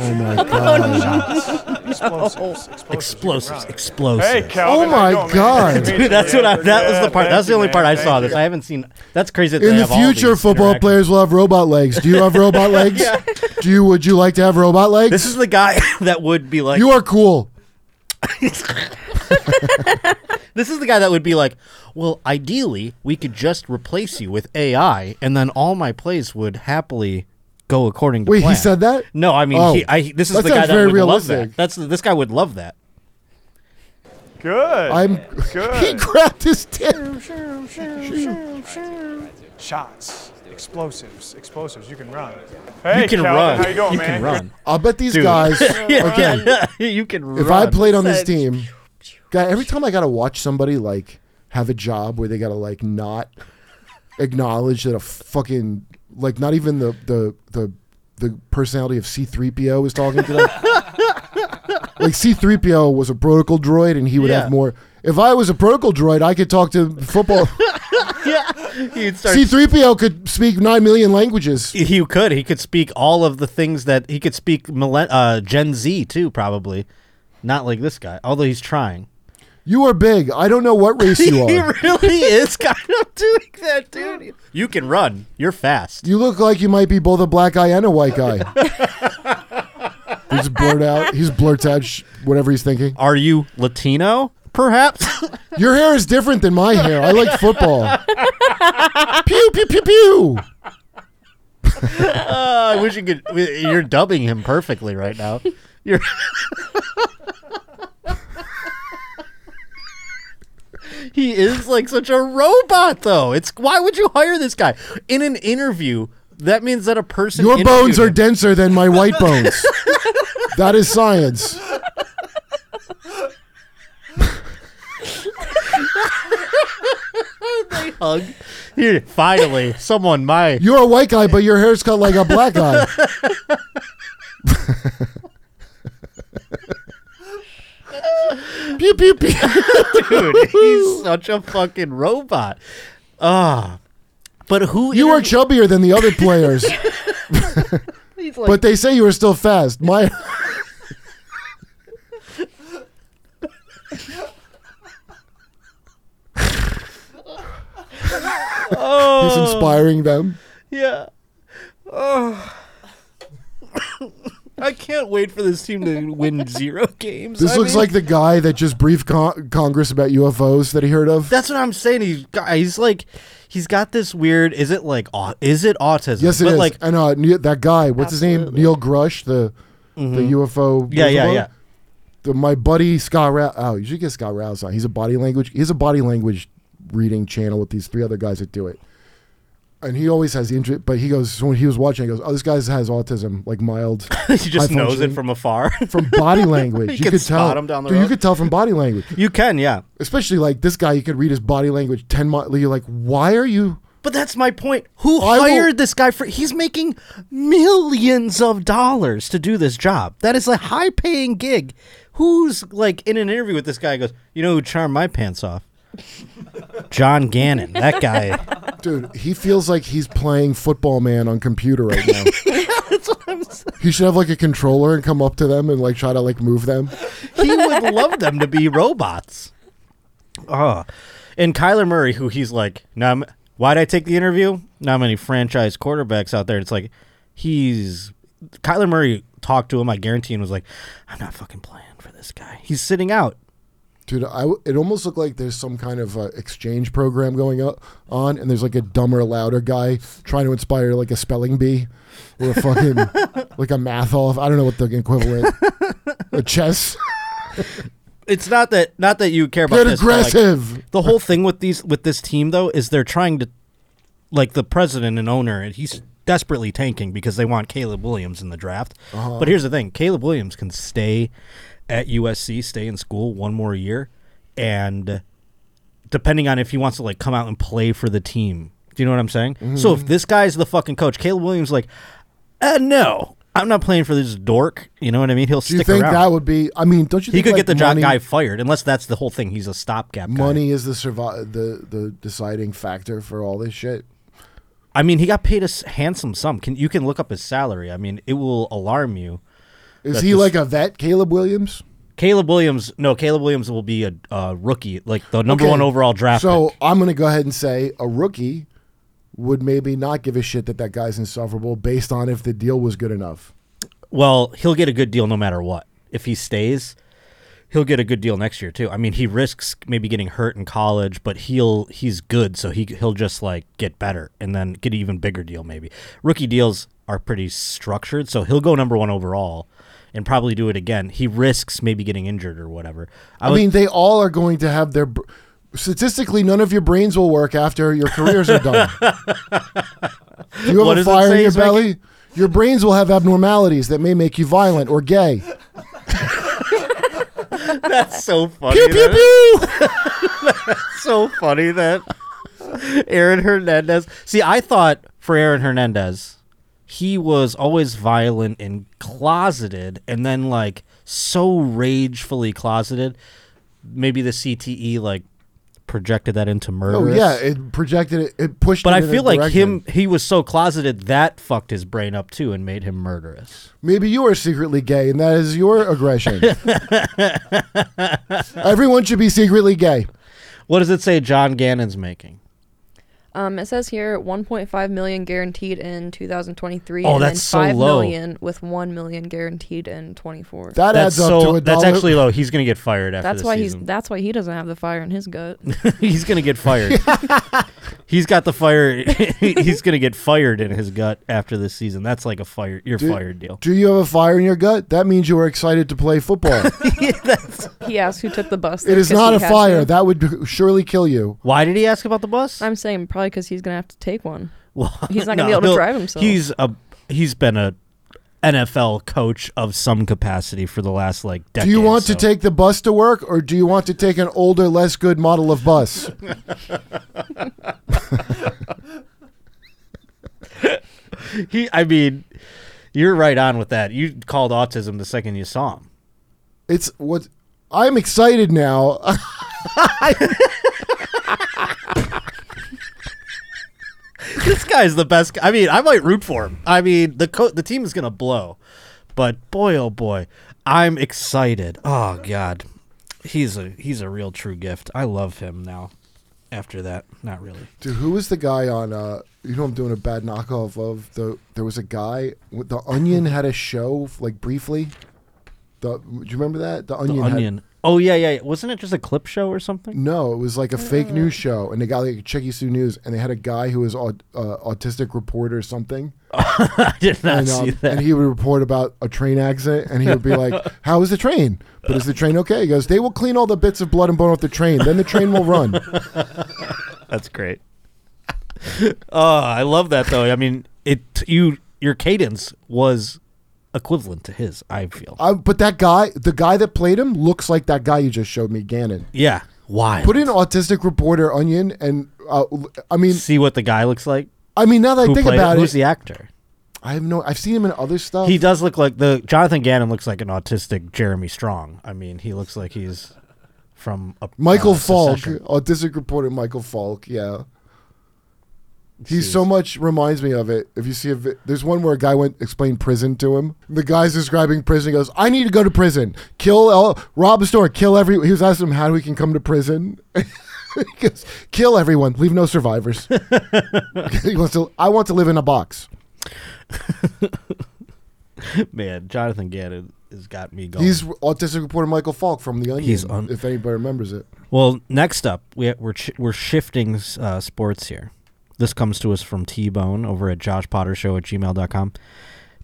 [SPEAKER 2] Oh my god.
[SPEAKER 6] Explosives.
[SPEAKER 1] Explosives,
[SPEAKER 6] Hey,
[SPEAKER 1] explosives. <laughs>
[SPEAKER 6] Calvin.
[SPEAKER 2] Oh
[SPEAKER 6] how you
[SPEAKER 2] my
[SPEAKER 6] doing, man?
[SPEAKER 2] God.
[SPEAKER 6] Nice to meet you.
[SPEAKER 1] that's what I. That was
[SPEAKER 6] Yeah,
[SPEAKER 1] the part. That's
[SPEAKER 6] thank
[SPEAKER 1] the
[SPEAKER 6] you,
[SPEAKER 1] only
[SPEAKER 6] man.
[SPEAKER 1] part I
[SPEAKER 6] Thank
[SPEAKER 1] saw.
[SPEAKER 6] you.
[SPEAKER 1] This I haven't seen. That's crazy. That
[SPEAKER 2] In
[SPEAKER 1] they
[SPEAKER 2] the
[SPEAKER 1] have all
[SPEAKER 2] future,
[SPEAKER 1] these
[SPEAKER 2] football
[SPEAKER 1] interactions.
[SPEAKER 2] players will have robot legs. Do you
[SPEAKER 1] <laughs>
[SPEAKER 2] have robot legs? Do you? Would you like to have robot legs?
[SPEAKER 1] This is the guy <laughs> that would be like. <laughs>
[SPEAKER 2] you are cool.
[SPEAKER 1] this is the guy that would be like, well, ideally, we could just replace you with AI, and then all my plays would happily go according to
[SPEAKER 2] Wait,
[SPEAKER 1] plan.
[SPEAKER 2] he said that?
[SPEAKER 1] No, I mean,
[SPEAKER 2] Oh.
[SPEAKER 1] he, I, this is
[SPEAKER 2] That
[SPEAKER 1] the guy
[SPEAKER 2] sounds
[SPEAKER 1] that
[SPEAKER 2] very
[SPEAKER 1] would love that.
[SPEAKER 2] realistic.
[SPEAKER 1] That's this guy would love that.
[SPEAKER 6] Good.
[SPEAKER 2] I'm. <laughs> he
[SPEAKER 6] Good.
[SPEAKER 2] grabbed his tip.
[SPEAKER 6] Shots, explosives, explosives. You can run. Hey,
[SPEAKER 1] you can
[SPEAKER 6] Calvin,
[SPEAKER 1] run.
[SPEAKER 6] How you going, man?
[SPEAKER 1] can run.
[SPEAKER 2] I'll bet these
[SPEAKER 1] Dude. <laughs>
[SPEAKER 2] guys. <laughs> Again,
[SPEAKER 1] you can run.
[SPEAKER 2] if I played on this
[SPEAKER 4] Said-
[SPEAKER 2] team, guy, every time I gotta watch somebody like have a job where they gotta
[SPEAKER 1] <laughs>
[SPEAKER 2] like not acknowledge that a fucking like not even the the the the personality of C3PO is talking to them.
[SPEAKER 1] <laughs>
[SPEAKER 2] like C3PO was a protocol droid and he would
[SPEAKER 1] Yeah.
[SPEAKER 2] have more if I was a protocol droid, I could talk to
[SPEAKER 1] <laughs>
[SPEAKER 2] football.
[SPEAKER 1] <laughs> yeah, he'd start.
[SPEAKER 2] C3PO could speak 9 million languages.
[SPEAKER 1] he could. He could speak all of the things that he could speak. Millen- uh, Gen Z too, probably. Not like this guy, although he's trying.
[SPEAKER 2] You are big. I don't know what
[SPEAKER 1] <laughs>
[SPEAKER 2] race you
[SPEAKER 1] he
[SPEAKER 2] are. <laughs>
[SPEAKER 1] really is kind of doing that, dude. You can run. You're fast.
[SPEAKER 2] You look like you might be both a black guy and a white guy. he's blurred out. He's blurts out sh- whatever he's thinking.
[SPEAKER 1] Are you Latino? Perhaps. <laughs>
[SPEAKER 2] Your hair is different than my hair. I like football. pew pew pew pew.
[SPEAKER 1] I wish you could. You're dubbing him perfectly right now. You're. he is like such a robot, though. It's why would you hire this guy in an interview? That means that a person.
[SPEAKER 2] Your
[SPEAKER 1] interviewed
[SPEAKER 2] bones are
[SPEAKER 1] him.
[SPEAKER 2] denser than my white bones. that is science.
[SPEAKER 1] Hug. Here, finally, someone my.
[SPEAKER 2] You're a white guy, but your hair's cut like a black guy. pew pew pew.
[SPEAKER 1] dude. He's such a fucking robot. Ah. but who
[SPEAKER 2] You
[SPEAKER 1] <laughs>
[SPEAKER 2] are
[SPEAKER 1] interview-
[SPEAKER 2] chubbier than the
[SPEAKER 1] <laughs>
[SPEAKER 2] other players. but they say you were still fast. My <laughs> he's inspiring them.
[SPEAKER 1] Yeah. Oh. I can't wait for this team to win zero <laughs> games.
[SPEAKER 2] This
[SPEAKER 1] I
[SPEAKER 2] looks
[SPEAKER 1] mean-
[SPEAKER 2] like the guy that just briefed con- Congress about UFOs that he heard of.
[SPEAKER 1] that's what I'm saying. He's got, he's like he's got this weird. Is it like au- is it autism?
[SPEAKER 2] yes, it
[SPEAKER 1] but
[SPEAKER 2] is.
[SPEAKER 1] Like <laughs>
[SPEAKER 2] and uh, Ne- that guy, what's his name?
[SPEAKER 4] Absolutely.
[SPEAKER 2] Neil Grush, the the UFO.
[SPEAKER 1] Mm-hmm. yeah, yeah,
[SPEAKER 2] UFO?
[SPEAKER 1] yeah.
[SPEAKER 2] The, my buddy Scott Rouse. Oh, you should get Scott Rouse on. He's a body language. He's a body language reading channel with these three other guys that do it. And he always has interest, but he goes so when he was watching. He goes, "Oh, this guy has autism, like mild,
[SPEAKER 1] <laughs> he just
[SPEAKER 2] high
[SPEAKER 1] knows it
[SPEAKER 2] functioning."
[SPEAKER 1] from afar. <laughs>
[SPEAKER 2] from body language.
[SPEAKER 1] You
[SPEAKER 2] you
[SPEAKER 1] can
[SPEAKER 2] could
[SPEAKER 1] spot
[SPEAKER 2] tell
[SPEAKER 1] him down the
[SPEAKER 2] Dude, You
[SPEAKER 1] road.
[SPEAKER 2] could tell from body language,
[SPEAKER 1] you can, yeah.
[SPEAKER 2] especially like this guy. You could read his body language ten miles. You're like, why are you?
[SPEAKER 1] But that's my point. Who
[SPEAKER 2] I will-
[SPEAKER 1] hired this guy for? He's making millions of dollars to do this job. That is a high-paying gig. Who's like in an interview with this guy? Goes, you know who charmed my pants off? John Gannon. That guy.
[SPEAKER 2] Dude, he feels like he's playing football man on computer
[SPEAKER 1] <laughs>
[SPEAKER 2] right now. He should have like a controller and come up to them and like try to like move them.
[SPEAKER 1] he would love them to be robots. Oh. And Kyler Murray, who he's like, now I'm- why'd I take the interview? Not many franchise quarterbacks out there. It's like, he's. Kyler Murray talked to him, I guarantee, and was like, I'm not fucking playing for this guy. He's sitting out.
[SPEAKER 2] Dude, I w- it almost looked like there's some kind of uh, exchange program going o- on, and there's like a dumber, louder guy trying to inspire like a spelling bee or a fucking
[SPEAKER 1] <laughs>
[SPEAKER 2] like a math off. I don't know what the equivalent. a chess.
[SPEAKER 1] It's not that not that you care about
[SPEAKER 2] Get
[SPEAKER 1] this, <laughs> but, like,
[SPEAKER 2] aggressive.
[SPEAKER 1] the whole thing with these with this team though is they're trying to like the president and owner and he's desperately tanking because they want Caleb Williams in the draft.
[SPEAKER 2] Uh-huh.
[SPEAKER 1] But here's the thing, Caleb Williams can stay at USC, stay in school one more year and depending on if he wants to like come out and play for the team. Do you know what I'm saying?
[SPEAKER 2] Mm-hmm.
[SPEAKER 1] So if this guy's the fucking coach, Caleb Williams like, uh no, I'm not playing for this dork. You know what I mean? He'll
[SPEAKER 2] Do you
[SPEAKER 1] stick
[SPEAKER 2] think
[SPEAKER 1] around.
[SPEAKER 2] that would be? I mean, don't you?
[SPEAKER 1] he
[SPEAKER 2] think
[SPEAKER 1] could get
[SPEAKER 2] like,
[SPEAKER 1] the
[SPEAKER 2] money,
[SPEAKER 1] job guy fired unless that's the whole thing. He's a stopgap. guy.
[SPEAKER 2] Money is the survi- the the deciding factor for all this shit.
[SPEAKER 1] I mean, he got paid a s- handsome sum. Can you can look up his salary? I mean, it will alarm you.
[SPEAKER 2] Is
[SPEAKER 1] that
[SPEAKER 2] he
[SPEAKER 1] this-
[SPEAKER 2] like a vet, Caleb Williams?
[SPEAKER 1] Caleb Williams, no, Caleb Williams will be a uh, rookie, like the number
[SPEAKER 2] Okay.
[SPEAKER 1] one overall draft.
[SPEAKER 2] So
[SPEAKER 1] pick.
[SPEAKER 2] I'm going to go ahead and say a rookie would maybe not give a shit that that guy's insufferable based on if the deal was good enough.
[SPEAKER 1] well, he'll get a good deal no matter what. If he stays, he'll get a good deal next year too. I mean, he risks maybe getting hurt in college, but he'll he's good, so he he'll just like get better and then get an even bigger deal maybe. Rookie deals are pretty structured, so he'll go number one overall, and probably do it again. He risks maybe getting injured or whatever. I,
[SPEAKER 2] I
[SPEAKER 1] was,
[SPEAKER 2] mean, they all are going to have their. Br- Statistically, none of your brains will work after your careers
[SPEAKER 1] <laughs>
[SPEAKER 2] are done. Do you
[SPEAKER 1] What
[SPEAKER 2] have
[SPEAKER 1] does
[SPEAKER 2] a
[SPEAKER 1] it
[SPEAKER 2] fire
[SPEAKER 1] say,
[SPEAKER 2] in your
[SPEAKER 1] Zach?
[SPEAKER 2] belly? Your brains will have abnormalities that may make you violent or gay.
[SPEAKER 1] that's so funny.
[SPEAKER 2] Pew pew
[SPEAKER 1] that-
[SPEAKER 2] pew.
[SPEAKER 1] <laughs> so funny that Aaron Hernandez. See, I thought for Aaron Hernandez, he was always violent and closeted, and then like so ragefully closeted. Maybe the CTE like projected that into
[SPEAKER 2] Oh
[SPEAKER 1] murder.
[SPEAKER 2] yeah, it projected it. It pushed.
[SPEAKER 1] But
[SPEAKER 2] it
[SPEAKER 1] I
[SPEAKER 2] in a
[SPEAKER 1] feel like
[SPEAKER 2] direction.
[SPEAKER 1] him, he was so closeted that fucked his brain up too and made him murderous.
[SPEAKER 2] Maybe you are secretly gay, and that is your aggression. Everyone should be secretly gay.
[SPEAKER 1] What does it say John Gannon's making?
[SPEAKER 4] <laughs> Um, it says here 1.5 million guaranteed in 2023.
[SPEAKER 1] Oh,
[SPEAKER 4] and
[SPEAKER 1] that's so
[SPEAKER 4] then 5
[SPEAKER 1] low.
[SPEAKER 4] million with 1 million guaranteed in 24.
[SPEAKER 2] That
[SPEAKER 1] That's
[SPEAKER 2] adds up to
[SPEAKER 1] so.
[SPEAKER 2] a dollar.
[SPEAKER 1] That's actually low. He's gonna get fired after
[SPEAKER 4] that's
[SPEAKER 1] this
[SPEAKER 4] why
[SPEAKER 1] season.
[SPEAKER 4] he's. That's why he doesn't have the fire in
[SPEAKER 1] <laughs>
[SPEAKER 4] his gut.
[SPEAKER 1] he's gonna get
[SPEAKER 2] <laughs>
[SPEAKER 1] fired. he's got the fire. <laughs> he's gonna get fired in his gut after this season. That's like a fire. You're fired deal.
[SPEAKER 2] Do you have a fire in your gut? That means you are excited to
[SPEAKER 1] <laughs>
[SPEAKER 2] play football.
[SPEAKER 4] he asked who took the bus.
[SPEAKER 2] it
[SPEAKER 4] there
[SPEAKER 2] is
[SPEAKER 4] 'cause
[SPEAKER 2] not
[SPEAKER 4] he
[SPEAKER 2] a
[SPEAKER 4] had
[SPEAKER 2] fire.
[SPEAKER 4] to.
[SPEAKER 2] That would surely kill you.
[SPEAKER 1] Why did he ask about the bus?
[SPEAKER 4] I'm saying probably because he's gonna have to take one.
[SPEAKER 1] well,
[SPEAKER 4] he's not gonna be able to
[SPEAKER 1] he'll-
[SPEAKER 4] drive himself.
[SPEAKER 1] He's a. He's been a NFL coach of some capacity for the last like decade.
[SPEAKER 2] Do you want
[SPEAKER 1] so.
[SPEAKER 2] to take the bus to work, or do you want to take an older, less good model of bus?
[SPEAKER 1] He. I mean, you're right on with that. You called autism the second you saw him.
[SPEAKER 2] It's what I'm excited now. <laughs>
[SPEAKER 1] this guy's the best. I mean, I might root for him. I mean, the co- the team is gonna blow, but boy, oh boy, I'm excited. Oh God, he's a he's a real true gift. I love him now. After that, not really.
[SPEAKER 2] Dude, who was the guy on? Uh, you know, I'm doing a bad knockoff of the. There was a guy. with- The Onion had a show like briefly. The do you remember that? The Onion.
[SPEAKER 1] The
[SPEAKER 2] had-
[SPEAKER 1] onion. Oh yeah, yeah. yeah. Wasn't it just a clip show or something? <laughs>
[SPEAKER 2] no, it was like a fake news show, and they got like Checky Sue News, and they had a guy who was aut- uh, autistic reporter or something,
[SPEAKER 1] I did not
[SPEAKER 2] and,
[SPEAKER 1] see
[SPEAKER 2] um,
[SPEAKER 1] that.
[SPEAKER 2] and he would report about a train accident, and he would be
[SPEAKER 1] <laughs>
[SPEAKER 2] like, "How is the train? But is the train okay?" He goes, "They will clean all the bits of blood and bone off the train, then the train
[SPEAKER 1] <laughs>
[SPEAKER 2] will run."
[SPEAKER 1] That's great. <laughs> oh, I love that though. I mean, it you your cadence was equivalent to his. I feel.
[SPEAKER 2] I, but that guy, the guy that played him, looks like that guy you just showed me, Gannon.
[SPEAKER 1] yeah. Why?
[SPEAKER 2] Put in autistic reporter Onion, and uh, I mean,
[SPEAKER 1] See what the guy looks like.
[SPEAKER 2] I mean, now that I
[SPEAKER 1] Who
[SPEAKER 2] think
[SPEAKER 1] played-
[SPEAKER 2] about
[SPEAKER 1] Who's
[SPEAKER 2] it,
[SPEAKER 1] the actor?
[SPEAKER 2] I have no. I've seen him in other stuff.
[SPEAKER 1] He does look like the Jonathan Gannon looks like an autistic Jeremy Strong. I mean, he looks like he's from a
[SPEAKER 2] Michael
[SPEAKER 1] uh,
[SPEAKER 2] Falk,
[SPEAKER 1] Succession.
[SPEAKER 2] autistic reporter Michael Falk. Yeah, he so much reminds me of it. If you see a, vi- there's one where a guy went explained prison to him. The guy's describing prison. He goes, "I need to go to prison. Kill, El- rob a store. Kill every." He was asking him how we can come to prison. <laughs> he goes, "Kill everyone. Leave no survivors." <laughs> he wants to. I want to live in a box.
[SPEAKER 1] <laughs> Man, Jonathan Gannon has got me going.
[SPEAKER 2] He's autistic reporter Michael Falk from The Onion.
[SPEAKER 1] He's un-
[SPEAKER 2] if anybody remembers it.
[SPEAKER 1] well, next up, we, we're ch- we're shifting uh, sports here. This comes to us from T Bone over at joshpottershow at gmail.com.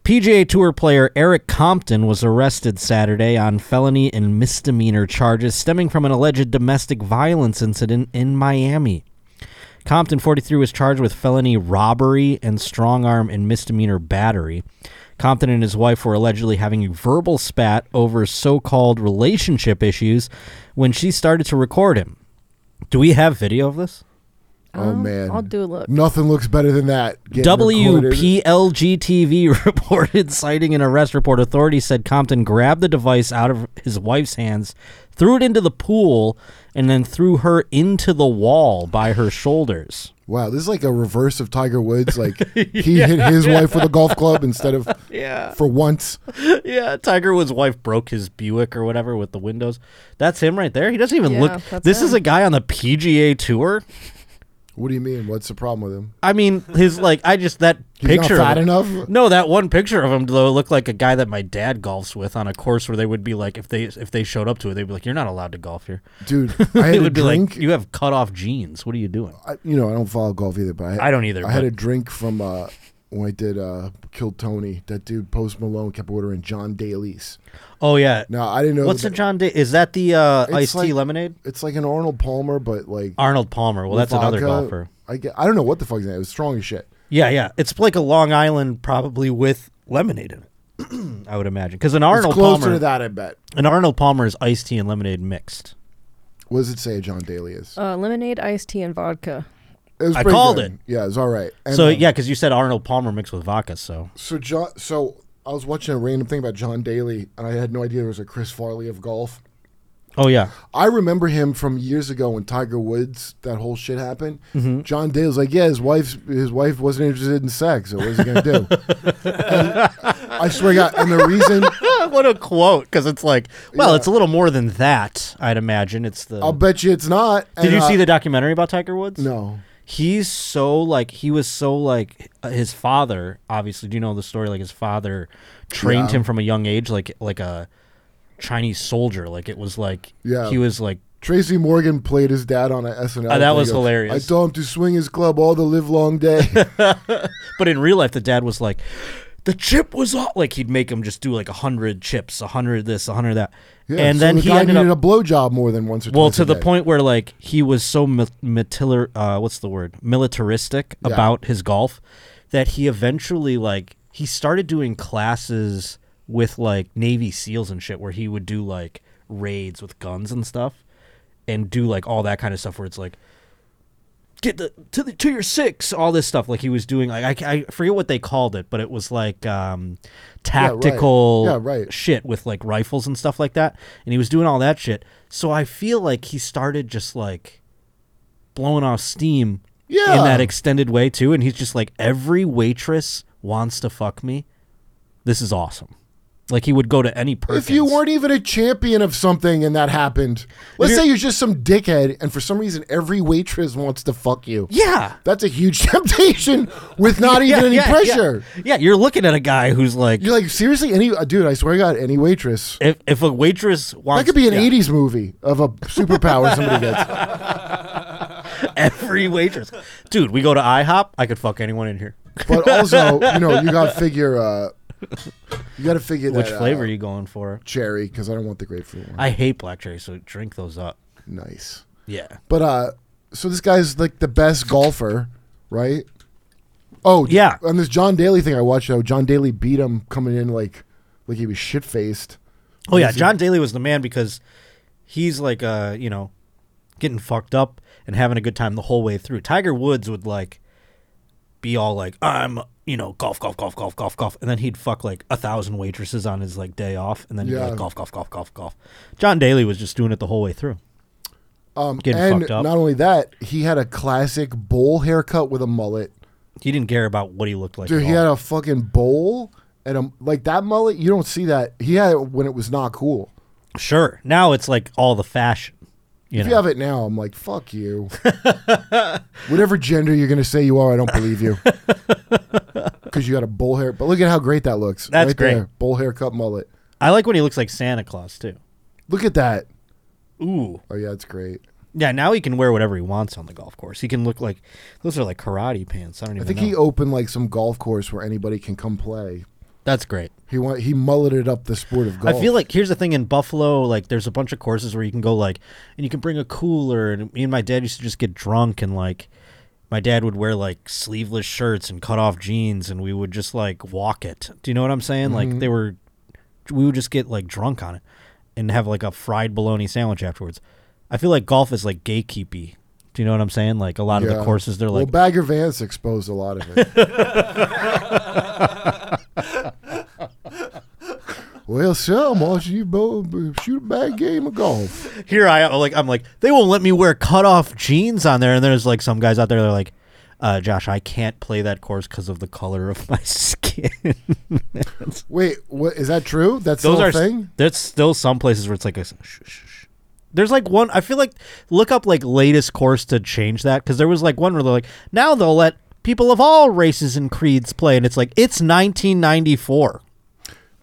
[SPEAKER 1] PGA Tour player Eric Compton was arrested Saturday on felony and misdemeanor charges stemming from an alleged domestic violence incident in Miami. Compton, 43, was charged with felony robbery and strong arm and misdemeanor battery. Compton and his wife were allegedly having a verbal spat over so called relationship issues when she started to record him. Do we have video of this?
[SPEAKER 2] Oh man,
[SPEAKER 4] I'll do a look.
[SPEAKER 2] Nothing looks better than that. getting recorded.
[SPEAKER 1] WPLG TV <laughs> reported citing an arrest report. Authorities said Compton grabbed the device out of his wife's hands, threw it into the pool, and then threw her into the wall by her shoulders.
[SPEAKER 2] Wow, this is like a reverse of Tiger
[SPEAKER 1] <laughs>
[SPEAKER 2] Woods. Like he hit his wife with a golf club instead of yeah. for once.
[SPEAKER 1] yeah, Tiger Woods' wife broke his Buick or whatever with the windows. That's him right there. He doesn't even
[SPEAKER 4] Yeah,
[SPEAKER 1] look.
[SPEAKER 4] that's
[SPEAKER 1] This is
[SPEAKER 4] him.
[SPEAKER 1] a guy on the PGA tour.
[SPEAKER 2] What do you mean? What's the problem with him?
[SPEAKER 1] I mean, his like I just that
[SPEAKER 2] <laughs> He's
[SPEAKER 1] picture.
[SPEAKER 2] not fat
[SPEAKER 1] of-
[SPEAKER 2] enough.
[SPEAKER 1] No, that one picture of him though looked like a guy that my dad golfs with on a course where they would be like, if they if they showed up to it, they'd be like, "You're not allowed to golf here." <laughs>
[SPEAKER 2] Dude, I
[SPEAKER 1] They
[SPEAKER 2] had a
[SPEAKER 1] would be
[SPEAKER 2] drink. Uh,
[SPEAKER 1] like, "You have cut off jeans. What are you doing?"
[SPEAKER 2] I, you know, I don't follow golf either, but I,
[SPEAKER 1] I don't either,
[SPEAKER 2] I had
[SPEAKER 1] but-
[SPEAKER 2] a drink from uh, when I did uh, Killed Tony, that dude Post Malone kept ordering John Daly's.
[SPEAKER 1] Oh yeah.
[SPEAKER 2] Now I didn't know.
[SPEAKER 1] What's the
[SPEAKER 2] that-
[SPEAKER 1] John Day? Is that the uh, iced tea
[SPEAKER 2] like-
[SPEAKER 1] lemonade?
[SPEAKER 2] It's like an Arnold Palmer, but like
[SPEAKER 1] Arnold Palmer. Well, that's another
[SPEAKER 2] vodka.
[SPEAKER 1] golfer.
[SPEAKER 2] I get, I don't know what the fuck's name. It was strong as shit.
[SPEAKER 1] Yeah, yeah. It's like a Long Island, probably with lemonade in it. <clears throat> I would imagine because an
[SPEAKER 2] It's
[SPEAKER 1] Arnold
[SPEAKER 2] closer
[SPEAKER 1] Palmer,
[SPEAKER 2] to that, I bet.
[SPEAKER 1] an Arnold Palmer is iced tea and lemonade mixed.
[SPEAKER 2] What does it say John Daly is?
[SPEAKER 4] Uh, lemonade, iced tea, and vodka.
[SPEAKER 2] It was
[SPEAKER 1] I
[SPEAKER 2] pretty
[SPEAKER 1] called
[SPEAKER 2] good.
[SPEAKER 1] it.
[SPEAKER 2] Yeah, it was all right. And,
[SPEAKER 1] so
[SPEAKER 2] um,
[SPEAKER 1] yeah, because you said Arnold Palmer mixed with vodka. So
[SPEAKER 2] So John, so I was watching a random thing about John Daly, and I had no idea there was a Chris Farley of golf.
[SPEAKER 1] oh
[SPEAKER 2] <laughs>
[SPEAKER 1] yeah, <laughs>
[SPEAKER 2] I remember him from years ago when Tiger Woods that whole shit happened.
[SPEAKER 1] Mm-hmm.
[SPEAKER 2] John Daly was like, "Yeah, his wife's his wife wasn't interested in sex. So what is he gonna
[SPEAKER 1] <laughs>
[SPEAKER 2] do?" And I swear to God, and the reason
[SPEAKER 1] what a quote! Because it's like, well,
[SPEAKER 2] Yeah.
[SPEAKER 1] it's a little more than that. I'd imagine it's the.
[SPEAKER 2] I'll bet you it's not.
[SPEAKER 1] Did
[SPEAKER 2] and,
[SPEAKER 1] you
[SPEAKER 2] uh,
[SPEAKER 1] see the documentary about Tiger Woods?
[SPEAKER 2] No.
[SPEAKER 1] He's so like he was so like uh, his father. Obviously, do you know the story? Like his father trained
[SPEAKER 2] Yeah.
[SPEAKER 1] him from a young age, like like a Chinese soldier. Like it was like
[SPEAKER 2] Yeah.
[SPEAKER 1] he was like
[SPEAKER 2] Tracy Morgan played his dad on a SNL.
[SPEAKER 1] Uh, that
[SPEAKER 2] thing.
[SPEAKER 1] was
[SPEAKER 2] He goes,
[SPEAKER 1] hilarious.
[SPEAKER 2] I told him to swing his club all the live
[SPEAKER 1] <laughs>
[SPEAKER 2] long day. <laughs>
[SPEAKER 1] But in real life, the dad was like, the chip was off. Like he'd make him just do like a hundred chips, a hundred this, a hundred that,
[SPEAKER 2] Yeah,
[SPEAKER 1] and
[SPEAKER 2] so
[SPEAKER 1] then
[SPEAKER 2] the
[SPEAKER 1] he
[SPEAKER 2] guy
[SPEAKER 1] ended
[SPEAKER 2] needed
[SPEAKER 1] up
[SPEAKER 2] a blowjob more than once or
[SPEAKER 1] well
[SPEAKER 2] twice
[SPEAKER 1] to
[SPEAKER 2] a
[SPEAKER 1] the
[SPEAKER 2] day.
[SPEAKER 1] point where like he was so mi- mitilar, uh, what's the word, militaristic
[SPEAKER 2] Yeah.
[SPEAKER 1] about his golf that he eventually like he started doing classes with like Navy SEALs and shit, where he would do like raids with guns and stuff, and do like all that kind of stuff where it's like get the to the to your six, all this stuff. Like he was doing, like I, I forget what they called it, but it was like um,
[SPEAKER 2] right.
[SPEAKER 1] tactical
[SPEAKER 2] Yeah, right.
[SPEAKER 1] shit with like rifles and stuff like that. And he was doing all that shit. So I feel like he started just like blowing off steam in
[SPEAKER 2] Yeah.
[SPEAKER 1] that extended way too. And he's just like every waitress wants to fuck me. This is awesome. Like he would go to any person.
[SPEAKER 2] If you weren't even a champion of something and that happened, let's
[SPEAKER 1] you're-
[SPEAKER 2] say you're just some dickhead and for some reason every waitress wants to fuck you.
[SPEAKER 1] yeah.
[SPEAKER 2] That's a huge <laughs> temptation with not even
[SPEAKER 1] yeah,
[SPEAKER 2] any
[SPEAKER 1] yeah, yeah.
[SPEAKER 2] pressure.
[SPEAKER 1] Yeah. you're looking at a guy who's like,
[SPEAKER 2] You're like, seriously? Any uh, dude, I swear to God, any waitress.
[SPEAKER 1] if, if a waitress wants,
[SPEAKER 2] That could be an
[SPEAKER 1] yeah.
[SPEAKER 2] 80s movie of a superpower somebody
[SPEAKER 1] <laughs>
[SPEAKER 2] gets.
[SPEAKER 1] every waitress. Dude, we go to IHOP. I could fuck anyone in here. <laughs>
[SPEAKER 2] But also, you know, you got to figure uh you got to figure
[SPEAKER 1] Which
[SPEAKER 2] that
[SPEAKER 1] flavor
[SPEAKER 2] uh,
[SPEAKER 1] are you going for?
[SPEAKER 2] cherry cuz I don't want the grapefruit one.
[SPEAKER 1] I hate black cherry, so drink those up.
[SPEAKER 2] nice.
[SPEAKER 1] Yeah.
[SPEAKER 2] But uh, so this guy's like the best golfer, right? Oh
[SPEAKER 1] Yeah.
[SPEAKER 2] On this John Daly thing I watched, though, John Daly beat him coming in like like he was shit faced.
[SPEAKER 1] Oh yeah, John Daly was the man because he's like uh, you know, getting fucked up and having a good time the whole way through. Tiger Woods would like be all like, I'm you know, golf, golf, golf, golf, golf, golf, and then he'd fuck like a thousand waitresses on his like day off, and then he'd be
[SPEAKER 2] Yeah.
[SPEAKER 1] like golf, golf, golf, golf, golf. John Daly was just doing it the whole way through.
[SPEAKER 2] Um,
[SPEAKER 1] Getting
[SPEAKER 2] and
[SPEAKER 1] fucked up.
[SPEAKER 2] not only that, he had a classic bowl haircut with a mullet.
[SPEAKER 1] He didn't care about what he looked like.
[SPEAKER 2] Dude,
[SPEAKER 1] at
[SPEAKER 2] he
[SPEAKER 1] all.
[SPEAKER 2] had a fucking bowl and a like that mullet. You don't see that. He had it when it was not cool.
[SPEAKER 1] sure. Now it's like all the fashion. You
[SPEAKER 2] If
[SPEAKER 1] know?
[SPEAKER 2] you have it now, I'm like, fuck you. <laughs> Whatever gender you're gonna say you are, I don't
[SPEAKER 1] <laughs>
[SPEAKER 2] believe you. Because you got a bowl hair, but look at how great that looks.
[SPEAKER 1] That's
[SPEAKER 2] right
[SPEAKER 1] great.
[SPEAKER 2] There. Bowl haircut mullet.
[SPEAKER 1] I like when he looks like Santa Claus too.
[SPEAKER 2] Look at that.
[SPEAKER 1] Ooh.
[SPEAKER 2] Oh yeah, it's great.
[SPEAKER 1] Yeah, now he can wear whatever he wants on the golf course. He can look like those are like karate pants. I don't even
[SPEAKER 2] I think
[SPEAKER 1] know.
[SPEAKER 2] he opened like some golf course where anybody can come play.
[SPEAKER 1] That's great.
[SPEAKER 2] He want he mulleted up the sport of golf.
[SPEAKER 1] I feel like here's the thing in Buffalo, like there's a bunch of courses where you can go like and you can bring a cooler and me and my dad used to just get drunk and like my dad would wear like sleeveless shirts and cut off jeans and we would just like walk it. Do you know what I'm saying?
[SPEAKER 2] Mm-hmm.
[SPEAKER 1] Like they were we would just get like drunk on it and have like a fried bologna sandwich afterwards. I feel like golf is like gatekeepy. Do you know what I'm saying? Like a lot of the
[SPEAKER 2] Yeah.
[SPEAKER 1] courses they're
[SPEAKER 2] well,
[SPEAKER 1] like
[SPEAKER 2] Bagger Vance exposed a lot
[SPEAKER 1] <laughs>
[SPEAKER 2] of it. well, Sam, why don't you bo- shoot a bad game of golf?
[SPEAKER 1] here I am like I'm like they won't let me wear cut off jeans on there and there's like some guys out there that are like uh, Josh I can't play that course because of the color of my <laughs> skin
[SPEAKER 2] Wait, what is that true? That's
[SPEAKER 1] those
[SPEAKER 2] still
[SPEAKER 1] are
[SPEAKER 2] a
[SPEAKER 1] s-
[SPEAKER 2] thing.
[SPEAKER 1] there's still some places where it's like a s- shh, shh, shh. there's like one I feel like look up like latest course to change that because there was like one where they're like now they'll let people of all races and creeds play and it's like it's
[SPEAKER 2] Hmm.
[SPEAKER 1] 1994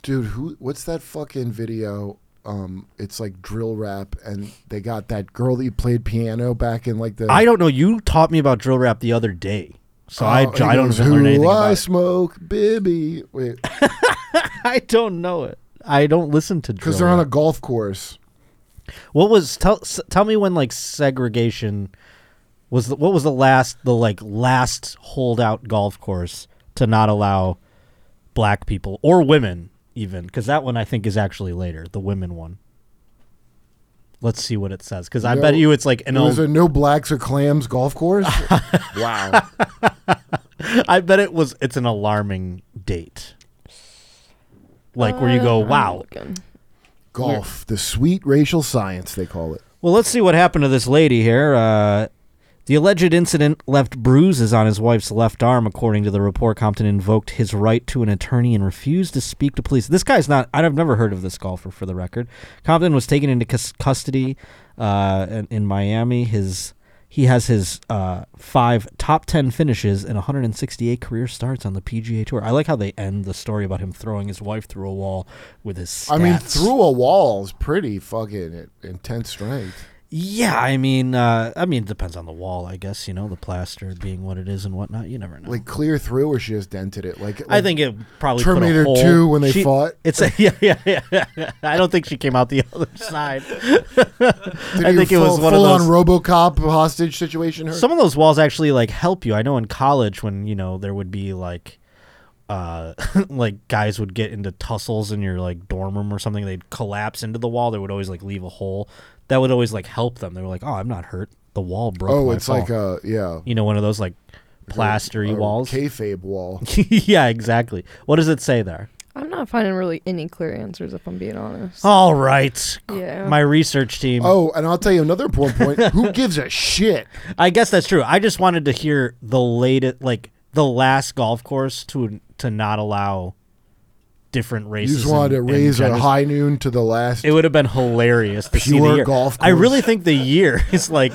[SPEAKER 2] Dude, who? What's that fucking video? Um, it's like drill rap, and they got that girl that played piano back in like the.
[SPEAKER 1] I don't know you taught me about drill rap the other day So I,
[SPEAKER 2] Oh, he
[SPEAKER 1] I don't
[SPEAKER 2] goes,
[SPEAKER 1] even learn
[SPEAKER 2] "Who
[SPEAKER 1] anything
[SPEAKER 2] I
[SPEAKER 1] about it. <laughs>
[SPEAKER 2] smoke, Bibby. Wait,
[SPEAKER 1] I don't know it. I don't listen to drill
[SPEAKER 2] because they're on a
[SPEAKER 1] rap.
[SPEAKER 2] golf course.
[SPEAKER 1] What was tell s- tell me when like segregation was the, what was the last the like last holdout golf course to not allow black people or women even because that one I think is actually later the women one. Let's see what it says because I
[SPEAKER 2] No,
[SPEAKER 1] bet you it's like an
[SPEAKER 2] There's
[SPEAKER 1] old,
[SPEAKER 2] there no blacks or clams golf
[SPEAKER 1] <laughs>
[SPEAKER 2] course? wow.
[SPEAKER 1] I bet it was it's an alarming date. Like where you go,
[SPEAKER 4] Uh, I'm
[SPEAKER 1] wow,
[SPEAKER 4] looking.
[SPEAKER 2] Golf, the sweet racial science, they call it.
[SPEAKER 1] Well, let's see what happened to this lady here. Uh, the alleged incident left bruises on his wife's left arm, according to the report. Compton invoked his right to an attorney and refused to speak to police. This guy's not. I've never heard of this golfer, for the record. Compton was taken into cus- custody uh, in, in Miami. His he has his uh, five top ten finishes and 168 career starts on the PGA Tour. I like how they end the story about him throwing his wife through a wall with his. Stats.
[SPEAKER 2] I mean, through a wall is pretty fucking intense strength.
[SPEAKER 1] Yeah, I mean, uh, I mean, it depends on the wall, I guess. You know, the plaster being what it is and whatnot. You never know.
[SPEAKER 2] Like clear through, or she just dented it. Like,
[SPEAKER 1] I think it probably put a
[SPEAKER 2] Terminator
[SPEAKER 1] hole-
[SPEAKER 2] 2 when they
[SPEAKER 1] she-
[SPEAKER 2] fought.
[SPEAKER 1] It's a, <laughs> yeah, yeah, yeah. <laughs> I don't think she came out the other <laughs> side.
[SPEAKER 2] Did
[SPEAKER 1] I
[SPEAKER 2] you
[SPEAKER 1] think it was
[SPEAKER 2] full-
[SPEAKER 1] one of
[SPEAKER 2] full-on
[SPEAKER 1] those-
[SPEAKER 2] RoboCop hostage situation. Her?
[SPEAKER 1] Some of those walls actually like help you. I know in college when you know there would be like, uh, <laughs> like guys would get into tussles in your like dorm room or something. They'd collapse into the wall. They would always like leave a hole. That would always like help them. They were like, oh, I'm not hurt. The wall broke.
[SPEAKER 2] oh,
[SPEAKER 1] my
[SPEAKER 2] it's
[SPEAKER 1] fall."
[SPEAKER 2] like a yeah,
[SPEAKER 1] you know one of those like plastery
[SPEAKER 2] a
[SPEAKER 1] walls.
[SPEAKER 2] kayfabe wall.
[SPEAKER 1] <laughs> yeah, exactly. What does it say there?
[SPEAKER 4] I'm not finding really any clear answers if I'm being honest.
[SPEAKER 1] All right.
[SPEAKER 4] Yeah.
[SPEAKER 1] My research team.
[SPEAKER 2] Oh, and I'll tell you another important
[SPEAKER 1] <laughs>
[SPEAKER 2] point. Who gives a shit?
[SPEAKER 1] I guess that's true. I just wanted to hear the latest, like the last golf course to to not allow different
[SPEAKER 2] You
[SPEAKER 1] races.
[SPEAKER 2] just wanted to
[SPEAKER 1] and- and
[SPEAKER 2] raise a
[SPEAKER 1] genders.
[SPEAKER 2] high noon to the last.
[SPEAKER 1] It would have been hilarious to see the
[SPEAKER 2] Pure
[SPEAKER 1] year.
[SPEAKER 2] golf
[SPEAKER 1] I
[SPEAKER 2] course.
[SPEAKER 1] really think the year <laughs> is like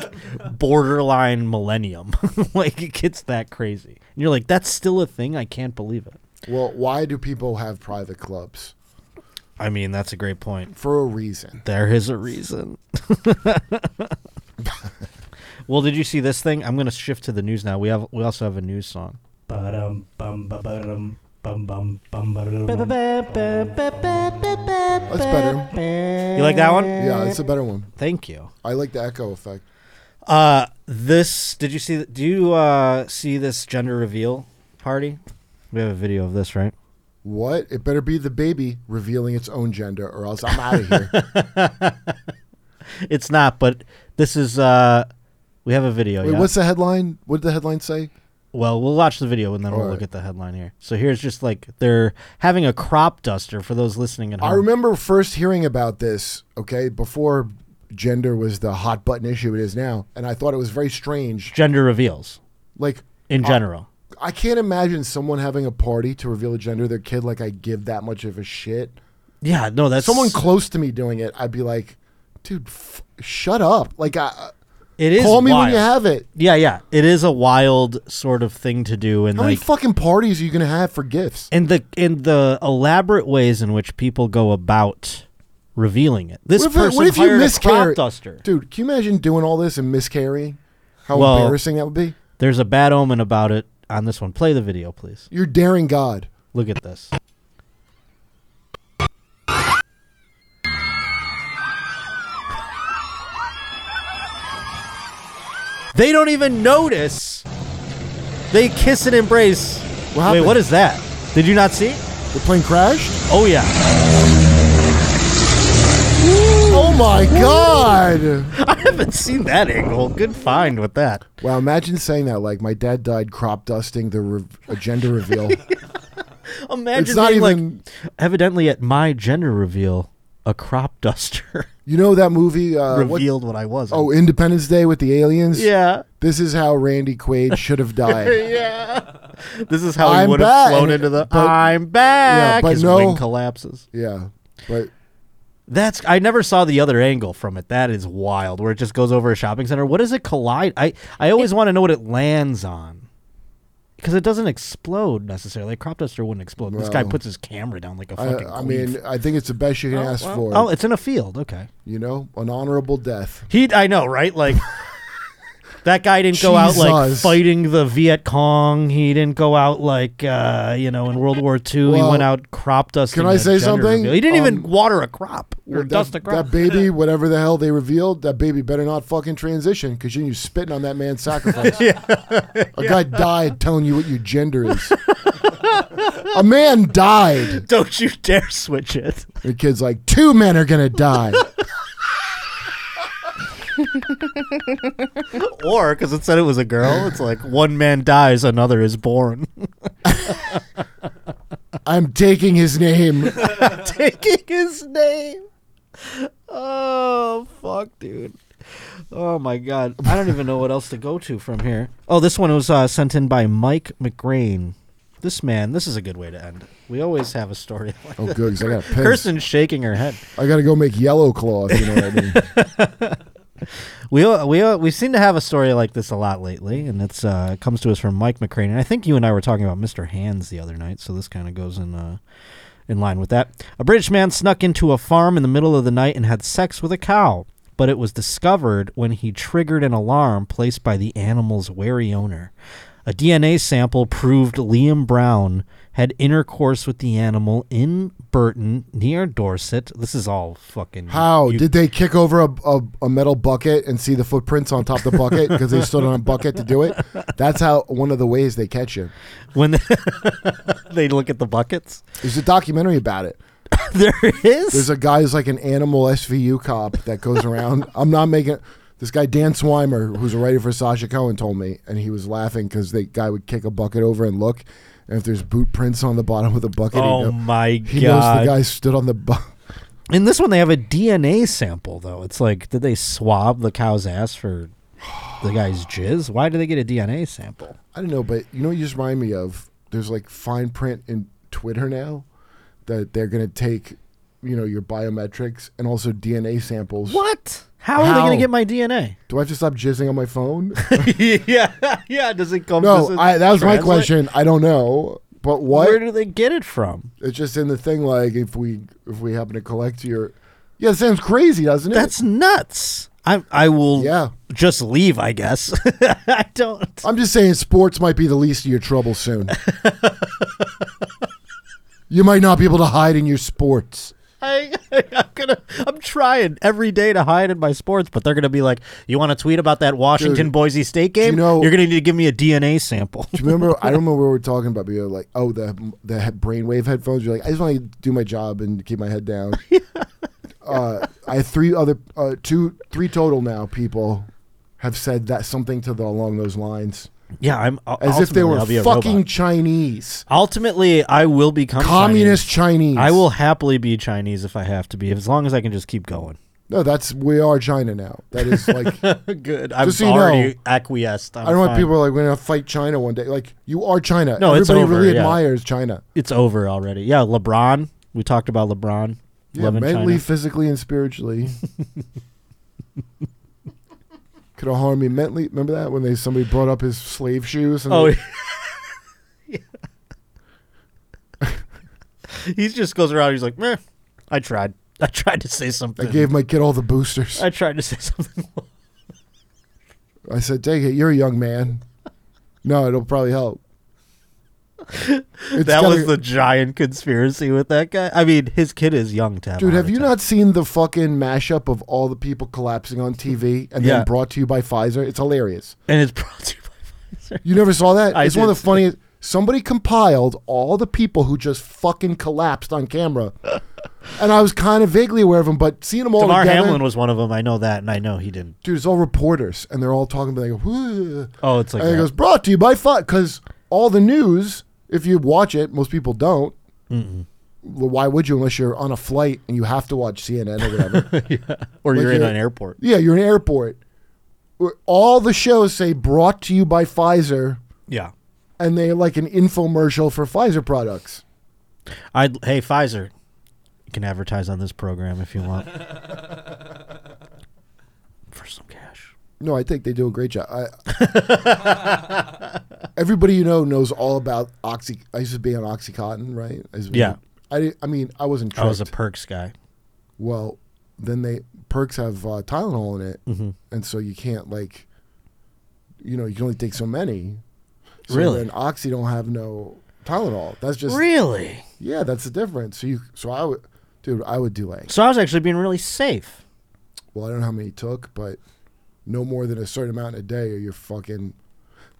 [SPEAKER 1] borderline millennium. <laughs> like it gets that crazy. And you're like, that's still a thing. I can't believe it.
[SPEAKER 2] well, why do people have private clubs?
[SPEAKER 1] I mean, that's a great point.
[SPEAKER 2] For a reason.
[SPEAKER 1] There is a reason. <laughs> well, did you see this thing? I'm going to shift to the news now. We have we also have a news song.
[SPEAKER 7] Ba-dum, bum, ba-ba-dum, bum, bum, bum, ba-da-dum.
[SPEAKER 2] That's better.
[SPEAKER 1] You like that one?
[SPEAKER 2] Yeah, it's a better one.
[SPEAKER 1] Thank you.
[SPEAKER 2] I like the echo effect.
[SPEAKER 1] Uh this did you see do you uh see this gender reveal party? We have a video of this, right?
[SPEAKER 2] What? It better be the baby revealing its own gender, or else I'm out
[SPEAKER 1] <laughs>
[SPEAKER 2] of here.
[SPEAKER 1] It's not, but this is uh we have a video.
[SPEAKER 2] Wait,
[SPEAKER 1] yeah?
[SPEAKER 2] what's the headline? What did the headline say?
[SPEAKER 1] Well, we'll watch the video and then we'll
[SPEAKER 2] All
[SPEAKER 1] look
[SPEAKER 2] right.
[SPEAKER 1] at the headline here. So here's just like they're having a crop duster for those listening at home.
[SPEAKER 2] I remember first hearing about this, okay, before gender was the hot button issue it is now, and I thought it was very strange.
[SPEAKER 1] gender reveals
[SPEAKER 2] Like
[SPEAKER 1] in general.
[SPEAKER 2] I can't imagine someone having a party to reveal the gender of their kid. Like I give that much of a shit.
[SPEAKER 1] yeah, no, that's
[SPEAKER 2] Someone close to me doing it, I'd be like, dude, f- shut up. Like, I,
[SPEAKER 1] It is
[SPEAKER 2] call me when you
[SPEAKER 1] wild.
[SPEAKER 2] have it.
[SPEAKER 1] Yeah, yeah. It is a wild sort of thing to do and
[SPEAKER 2] How many
[SPEAKER 1] like
[SPEAKER 2] fucking parties are you gonna have for gifts?
[SPEAKER 1] and the and the elaborate ways in which people go about revealing it. This
[SPEAKER 2] What if,
[SPEAKER 1] person
[SPEAKER 2] what if you
[SPEAKER 1] hired a
[SPEAKER 2] miscarry,
[SPEAKER 1] crop duster.
[SPEAKER 2] dude? Can you imagine doing all this and miscarrying? How
[SPEAKER 1] Well-
[SPEAKER 2] embarrassing that would be.
[SPEAKER 1] There's a bad omen about it on this one. Play the video, please.
[SPEAKER 2] You're daring God.
[SPEAKER 1] Look at this. They don't even notice. They kiss and embrace.
[SPEAKER 2] What
[SPEAKER 1] Wait,
[SPEAKER 2] happened?
[SPEAKER 1] what is that? Did you not see?
[SPEAKER 2] The plane crashed.
[SPEAKER 1] Oh yeah.
[SPEAKER 2] Oh my God!
[SPEAKER 1] <laughs> I haven't seen that angle. Good find with that.
[SPEAKER 2] Wow, imagine saying that. Like my dad died crop dusting the re- a gender reveal. <laughs>
[SPEAKER 1] Imagine
[SPEAKER 2] it's not
[SPEAKER 1] being like,
[SPEAKER 2] even.
[SPEAKER 1] evidently at my gender reveal, a crop duster <laughs>
[SPEAKER 2] you know that movie? Uh, what,
[SPEAKER 1] revealed what I was.
[SPEAKER 2] oh, Independence Day with the aliens.
[SPEAKER 1] yeah,
[SPEAKER 2] This is how Randy Quaid should have died.
[SPEAKER 1] <laughs> yeah. This is how
[SPEAKER 2] I'm
[SPEAKER 1] he would have
[SPEAKER 2] back.
[SPEAKER 1] flown into the.
[SPEAKER 2] But-
[SPEAKER 1] I'm back.
[SPEAKER 2] Yeah, but
[SPEAKER 1] His
[SPEAKER 2] no.
[SPEAKER 1] wing collapses.
[SPEAKER 2] yeah, but
[SPEAKER 1] That's. I never saw the other angle from it. That is wild. Where it just goes over a shopping center. What does it collide? I I always want to know what it lands on. Because it doesn't explode necessarily. A crop duster wouldn't explode. this guy
[SPEAKER 2] Well,
[SPEAKER 1] puts his camera down like a
[SPEAKER 2] I,
[SPEAKER 1] fucking.
[SPEAKER 2] I
[SPEAKER 1] queef.
[SPEAKER 2] mean, uh, I think it's the best you can ask
[SPEAKER 4] well.
[SPEAKER 2] for.
[SPEAKER 1] Oh, it's in a field. Okay.
[SPEAKER 2] You know, an honorable death.
[SPEAKER 1] <laughs> He, I know, right? Like, That guy didn't go out like
[SPEAKER 2] Jesus.
[SPEAKER 1] fighting the Viet Cong. He didn't go out like uh, you know in World War II. he
[SPEAKER 2] Well,
[SPEAKER 1] went out crop dusting.
[SPEAKER 2] can I
[SPEAKER 1] a
[SPEAKER 2] say
[SPEAKER 1] gender
[SPEAKER 2] something?
[SPEAKER 1] reveal. He didn't even
[SPEAKER 2] Um,
[SPEAKER 1] water a crop or
[SPEAKER 2] that,
[SPEAKER 1] dust a crop.
[SPEAKER 2] that baby, whatever the hell they revealed, that baby better not fucking transition because you you spitting on that
[SPEAKER 1] <laughs>
[SPEAKER 2] man's sacrifice. A guy died telling you what your gender is. <laughs> A man
[SPEAKER 1] <laughs>
[SPEAKER 2] died.
[SPEAKER 1] Don't you dare switch it.
[SPEAKER 2] The kid's like, two men are gonna die.
[SPEAKER 1] Or because it said it was a girl, it's like one man dies, another is born. <laughs>
[SPEAKER 2] I'm taking his name.
[SPEAKER 1] <laughs> Taking his name. Oh fuck, dude. Oh my god, I don't even know what else to go to from here. Oh, this one was uh, sent in by Mike McGrain. This man, this is a good way to end. We always have a story. like
[SPEAKER 2] Oh, good. 'cause I gotta piss.
[SPEAKER 1] Kirsten's shaking her head.
[SPEAKER 2] I gotta go make yellow claw. If you know what I
[SPEAKER 1] <laughs>
[SPEAKER 2] mean.
[SPEAKER 1] We uh, we uh, we seem to have a story like this a lot lately, and it's uh, it comes to us from Mike McCrane. And I think you and I were talking about Mr. Hands the other night, so this kind of goes in uh, in line with that. A British man snuck into a farm in the middle of the night and had sex with a cow, but it was discovered when he triggered an alarm placed by the animal's wary owner. A DNA sample proved Liam Brown had intercourse with the animal in Burton near Dorset. This is all fucking
[SPEAKER 2] How
[SPEAKER 1] you-
[SPEAKER 2] did they kick over a, a, a metal bucket and see the footprints on top of the bucket because they stood on a bucket to do it? That's how one of the ways they catch you.
[SPEAKER 1] when <laughs> they look at the buckets.
[SPEAKER 2] There's a documentary about it.
[SPEAKER 1] <laughs> There
[SPEAKER 2] There's
[SPEAKER 1] is.
[SPEAKER 2] a guy who's like an animal SVU cop that goes
[SPEAKER 1] <laughs>
[SPEAKER 2] around. I'm not making this guy Dan Swimer, who's a writer for Sasha Cohen, told me, and he was laughing because the guy would kick a bucket over and look, and if there's boot prints on the bottom of the bucket,
[SPEAKER 1] oh
[SPEAKER 2] he, know-
[SPEAKER 1] my
[SPEAKER 2] he knows
[SPEAKER 1] god!
[SPEAKER 2] the guy stood on the bucket.
[SPEAKER 1] In this one, they have a DNA sample though. It's like, did they swab the cow's ass for the guy's jizz? Why did they get a DNA sample?
[SPEAKER 2] <laughs> I don't know, but you know, what you just remind me of. There's like fine print in Twitter now that they're gonna take, you know, your biometrics and also DNA samples.
[SPEAKER 1] What? How, are they
[SPEAKER 2] How?
[SPEAKER 1] gonna get my DNA?
[SPEAKER 2] Do I have to stop jizzing on my phone?
[SPEAKER 1] <laughs> yeah, yeah. Does it come? does
[SPEAKER 2] no,
[SPEAKER 1] it
[SPEAKER 2] I, that was my
[SPEAKER 1] translate?
[SPEAKER 2] question. I don't know, but what?
[SPEAKER 1] Where do they get it from?
[SPEAKER 2] it's just in the thing. Like if we if we happen to collect your, yeah, it sounds crazy, doesn't it?
[SPEAKER 1] That's nuts. I I will
[SPEAKER 2] Yeah.
[SPEAKER 1] just leave. I guess <laughs> I don't.
[SPEAKER 2] I'm just saying, sports might be the least of your
[SPEAKER 1] <laughs>
[SPEAKER 2] trouble soon. you might not be able to hide in your sports.
[SPEAKER 1] I, I'm gonna. I'm trying every day to hide in my sports, but they're gonna be like, "You want to tweet about that Washington
[SPEAKER 2] Dude,
[SPEAKER 1] Boise State game?
[SPEAKER 2] you know-
[SPEAKER 1] You're gonna need to give me a DNA
[SPEAKER 2] <laughs>
[SPEAKER 1] sample."
[SPEAKER 2] Do you remember? I don't remember what we were talking about. But you're like, oh, the the he- brainwave headphones. You're like, I just want to do my job and keep my
[SPEAKER 1] <laughs>
[SPEAKER 2] head down. uh, I had three other, uh, two, three total now. People have said that something to the, along those lines,
[SPEAKER 1] yeah, I'm uh,
[SPEAKER 2] as if they were
[SPEAKER 1] I'll be a
[SPEAKER 2] fucking
[SPEAKER 1] robot.
[SPEAKER 2] Chinese,
[SPEAKER 1] Ultimately, I will become
[SPEAKER 2] communist Chinese.
[SPEAKER 1] Chinese. I will happily be Chinese if I have to be, as long as I can just keep
[SPEAKER 2] <laughs>
[SPEAKER 1] going.
[SPEAKER 2] No, that's we are China now. That
[SPEAKER 1] <laughs>
[SPEAKER 2] is like.
[SPEAKER 1] Good. I'm
[SPEAKER 2] Just so you
[SPEAKER 1] already
[SPEAKER 2] know,
[SPEAKER 1] acquiesced. I'm
[SPEAKER 2] I don't know why
[SPEAKER 1] fine.
[SPEAKER 2] people are like we're gonna fight China one day. Like you are China.
[SPEAKER 1] No, it's
[SPEAKER 2] everybody
[SPEAKER 1] over,
[SPEAKER 2] really
[SPEAKER 1] yeah.
[SPEAKER 2] admires China.
[SPEAKER 1] It's over already. Yeah, LeBron. We talked about LeBron.
[SPEAKER 2] Yeah,
[SPEAKER 1] Loving
[SPEAKER 2] mentally,
[SPEAKER 1] China.
[SPEAKER 2] physically,
[SPEAKER 1] <laughs>
[SPEAKER 2] and spiritually. Could have harmed me mentally. Remember that when they somebody brought up his slave shoes? And
[SPEAKER 1] Oh.
[SPEAKER 2] they-
[SPEAKER 1] yeah. <laughs> he just goes around. He's like, meh. I tried. I tried to say
[SPEAKER 2] I
[SPEAKER 1] something.
[SPEAKER 2] gave my kid all the boosters.
[SPEAKER 1] I
[SPEAKER 2] I,
[SPEAKER 1] tried to say something.
[SPEAKER 2] said, "Take it. You're a young man. No, it'll probably help." It's
[SPEAKER 1] <laughs> that
[SPEAKER 2] gotta-
[SPEAKER 1] was the giant conspiracy with that guy. I mean, his kid is young, to
[SPEAKER 2] dude. Have you not seen the fucking mashup of all the people collapsing on TV and
[SPEAKER 1] Yeah.
[SPEAKER 2] then brought to you by Pfizer? It's hilarious.
[SPEAKER 1] And it's brought to you by Pfizer.
[SPEAKER 2] You never saw that?
[SPEAKER 1] I
[SPEAKER 2] it's one of
[SPEAKER 1] did
[SPEAKER 2] the
[SPEAKER 1] see
[SPEAKER 2] funniest. Somebody compiled all the people who just fucking collapsed on
[SPEAKER 1] <laughs>
[SPEAKER 2] camera, and I was kind of vaguely aware of them, but seeing them all
[SPEAKER 1] Damar
[SPEAKER 2] together,
[SPEAKER 1] Hamlin was one of them. I know that, and I know he didn't.
[SPEAKER 2] dude, it's all reporters, and they're all talking, but they go, "Whoa."
[SPEAKER 1] Oh, it's like
[SPEAKER 2] and it
[SPEAKER 1] that. <laughs>
[SPEAKER 2] goes, "Brought to you by Fox," because all the news, if you watch it, most people don't. Well, Why would you unless you're on a flight and you have to watch CNN or whatever?
[SPEAKER 1] <laughs> or you're
[SPEAKER 2] like
[SPEAKER 1] in
[SPEAKER 2] a-
[SPEAKER 1] an airport.
[SPEAKER 2] yeah, you're in an airport. Where All the shows say "brought to you by Pfizer."
[SPEAKER 1] Yeah.
[SPEAKER 2] and they're like an infomercial for Pfizer products.
[SPEAKER 1] I hey Pfizer, you can advertise on this program if you <laughs> want for some cash.
[SPEAKER 2] No, I think they do a great job.
[SPEAKER 1] <laughs>
[SPEAKER 2] I, everybody you know knows all about oxy. I used to be on OxyContin, right? I used to be-
[SPEAKER 1] Yeah.
[SPEAKER 2] I, di- I mean, I wasn't. Tricked.
[SPEAKER 1] I was a perks guy.
[SPEAKER 2] well,
[SPEAKER 1] Mm-hmm.
[SPEAKER 2] then they perks have uh, Tylenol in it, and so you can't like you know, you can only take so many. So
[SPEAKER 1] Really?
[SPEAKER 2] And Oxy don't have no Tylenol. That's just
[SPEAKER 1] Really?
[SPEAKER 2] yeah. That's the difference. So you, so I would, dude, I would do like
[SPEAKER 1] So I was actually being really safe.
[SPEAKER 2] well, I don't know how many he took, but no more than a certain amount a day, or you're fucking.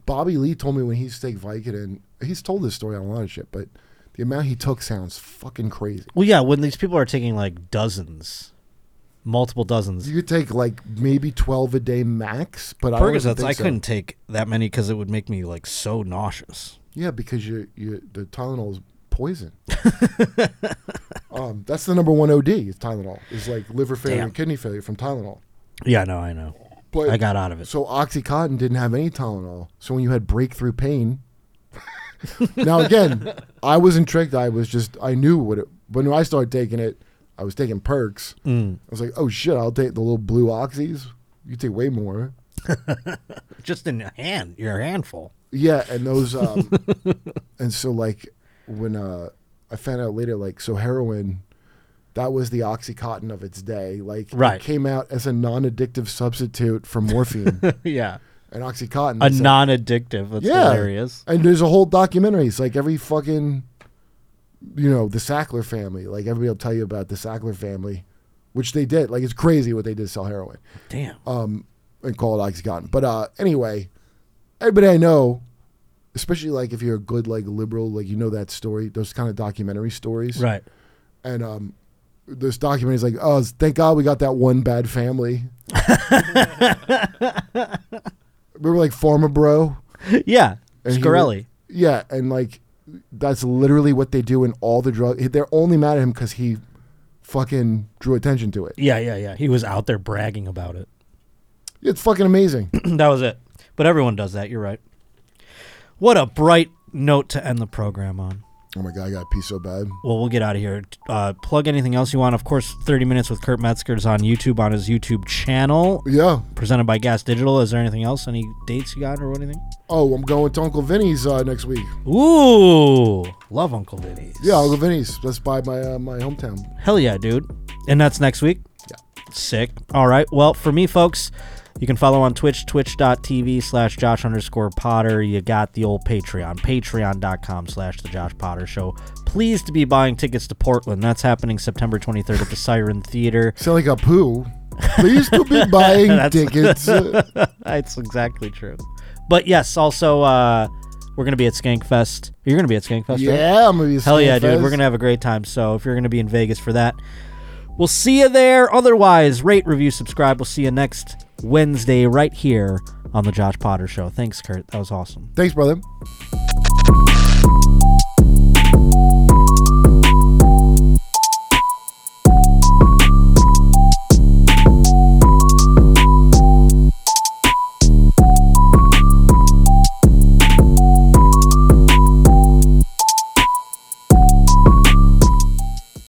[SPEAKER 2] Bobby Lee told me when he used to take Vicodin, he's told this story on a lot of shit, but the amount he took sounds fucking crazy.
[SPEAKER 1] Well, yeah, when these people are taking like dozens, multiple dozens.
[SPEAKER 2] You could take like maybe 12 a day max, but I wouldn't
[SPEAKER 1] Percocets,
[SPEAKER 2] think
[SPEAKER 1] I
[SPEAKER 2] so.
[SPEAKER 1] couldn't take that many because it would make me like so nauseous.
[SPEAKER 2] Yeah, because you you the Tylenol is poison. <laughs> um, that's the number one OD is Tylenol. Is like liver failure
[SPEAKER 1] Damn.
[SPEAKER 2] and kidney failure from Tylenol.
[SPEAKER 1] Yeah, no, I know.
[SPEAKER 2] But
[SPEAKER 1] I got out of it.
[SPEAKER 2] So OxyContin didn't have any Tylenol. So when you had breakthrough pain, <laughs> now again, I wasn't tricked. I was just I knew what it. But when I started taking it, I was taking perks. Mm. I was like, oh shit, I'll take the little blue oxys. You take way more.
[SPEAKER 1] Just in a hand, you're a
[SPEAKER 2] <laughs>
[SPEAKER 1] handful.
[SPEAKER 2] Yeah, and
[SPEAKER 1] <laughs>
[SPEAKER 2] those, um, and so like when uh, I found out later, like so heroin, that was the OxyContin of its day. Like
[SPEAKER 1] Right.
[SPEAKER 2] it came out as a non-addictive substitute
[SPEAKER 1] <laughs>
[SPEAKER 2] for morphine
[SPEAKER 1] yeah,
[SPEAKER 2] and OxyContin.
[SPEAKER 1] a
[SPEAKER 2] It's like-
[SPEAKER 1] non-addictive. That's
[SPEAKER 2] yeah,
[SPEAKER 1] hilarious.
[SPEAKER 2] And there's a whole documentary. It's like every fucking, you know, the Sackler family. Like everybody will tell you about the Sackler family, which they did. Like it's crazy what they did to sell heroin
[SPEAKER 1] Damn.
[SPEAKER 2] um, and call it OxyContin. But uh, anyway, everybody I know, especially like if you're a good like liberal, like you know that story, those kind of documentary stories,
[SPEAKER 1] right.
[SPEAKER 2] And um, this documentary is like, oh, it's- thank God we got that one
[SPEAKER 1] <laughs>
[SPEAKER 2] bad family. Remember like Farmer Bro,
[SPEAKER 1] Yeah.
[SPEAKER 2] And he
[SPEAKER 1] Scarelli.
[SPEAKER 2] yeah, and like that's literally what they do in all the drug. They're only mad at him because he fucking drew attention to it.
[SPEAKER 1] Yeah, yeah, yeah. He was out there bragging about it. <clears throat>
[SPEAKER 2] It's fucking amazing.
[SPEAKER 1] that was it. But everyone does that. You're right. What a bright note to end the program on.
[SPEAKER 2] oh my god, I got to pee so bad.
[SPEAKER 1] Well, we'll get out of here. Uh, plug anything else you want. Of course, 30 Minutes with Kurt Metzger is on YouTube on his YouTube channel,
[SPEAKER 2] Yeah,
[SPEAKER 1] presented by Gas Digital. Is there anything else? Any dates you got or anything?
[SPEAKER 2] Oh, I'm going to Uncle Vinny's uh, next week.
[SPEAKER 1] Ooh, love Uncle Vinny's.
[SPEAKER 2] Yeah, Uncle Vinny's. That's by my uh, my hometown.
[SPEAKER 1] Hell yeah, dude. And that's next week?
[SPEAKER 2] Yeah.
[SPEAKER 1] Sick. All right. Well, for me, folks, you can follow on Twitch, twitch.tv slash Josh underscore Potter. You got the old Patreon, patreon.com slash The Josh Potter Show. Pleased to be buying tickets to Portland. That's happening September 23rd at the Siren Theater.
[SPEAKER 2] Sound like a poo. Please to <laughs> be buying <laughs> tickets. Uh,
[SPEAKER 1] That's exactly true. But yes, also, uh, we're going to be at Skankfest. You're going to be at Skankfest, right?
[SPEAKER 2] yeah, I'm gonna be.
[SPEAKER 1] Hell yeah,
[SPEAKER 2] Skankfest.
[SPEAKER 1] dude. We're going to have a great time. So if you're going to be in Vegas for that, we'll see you there. Otherwise, rate, review, subscribe. We'll see you next Wednesday right here on The Josh Potter Show. Thanks, Kurt. That was awesome.
[SPEAKER 2] Thanks, brother.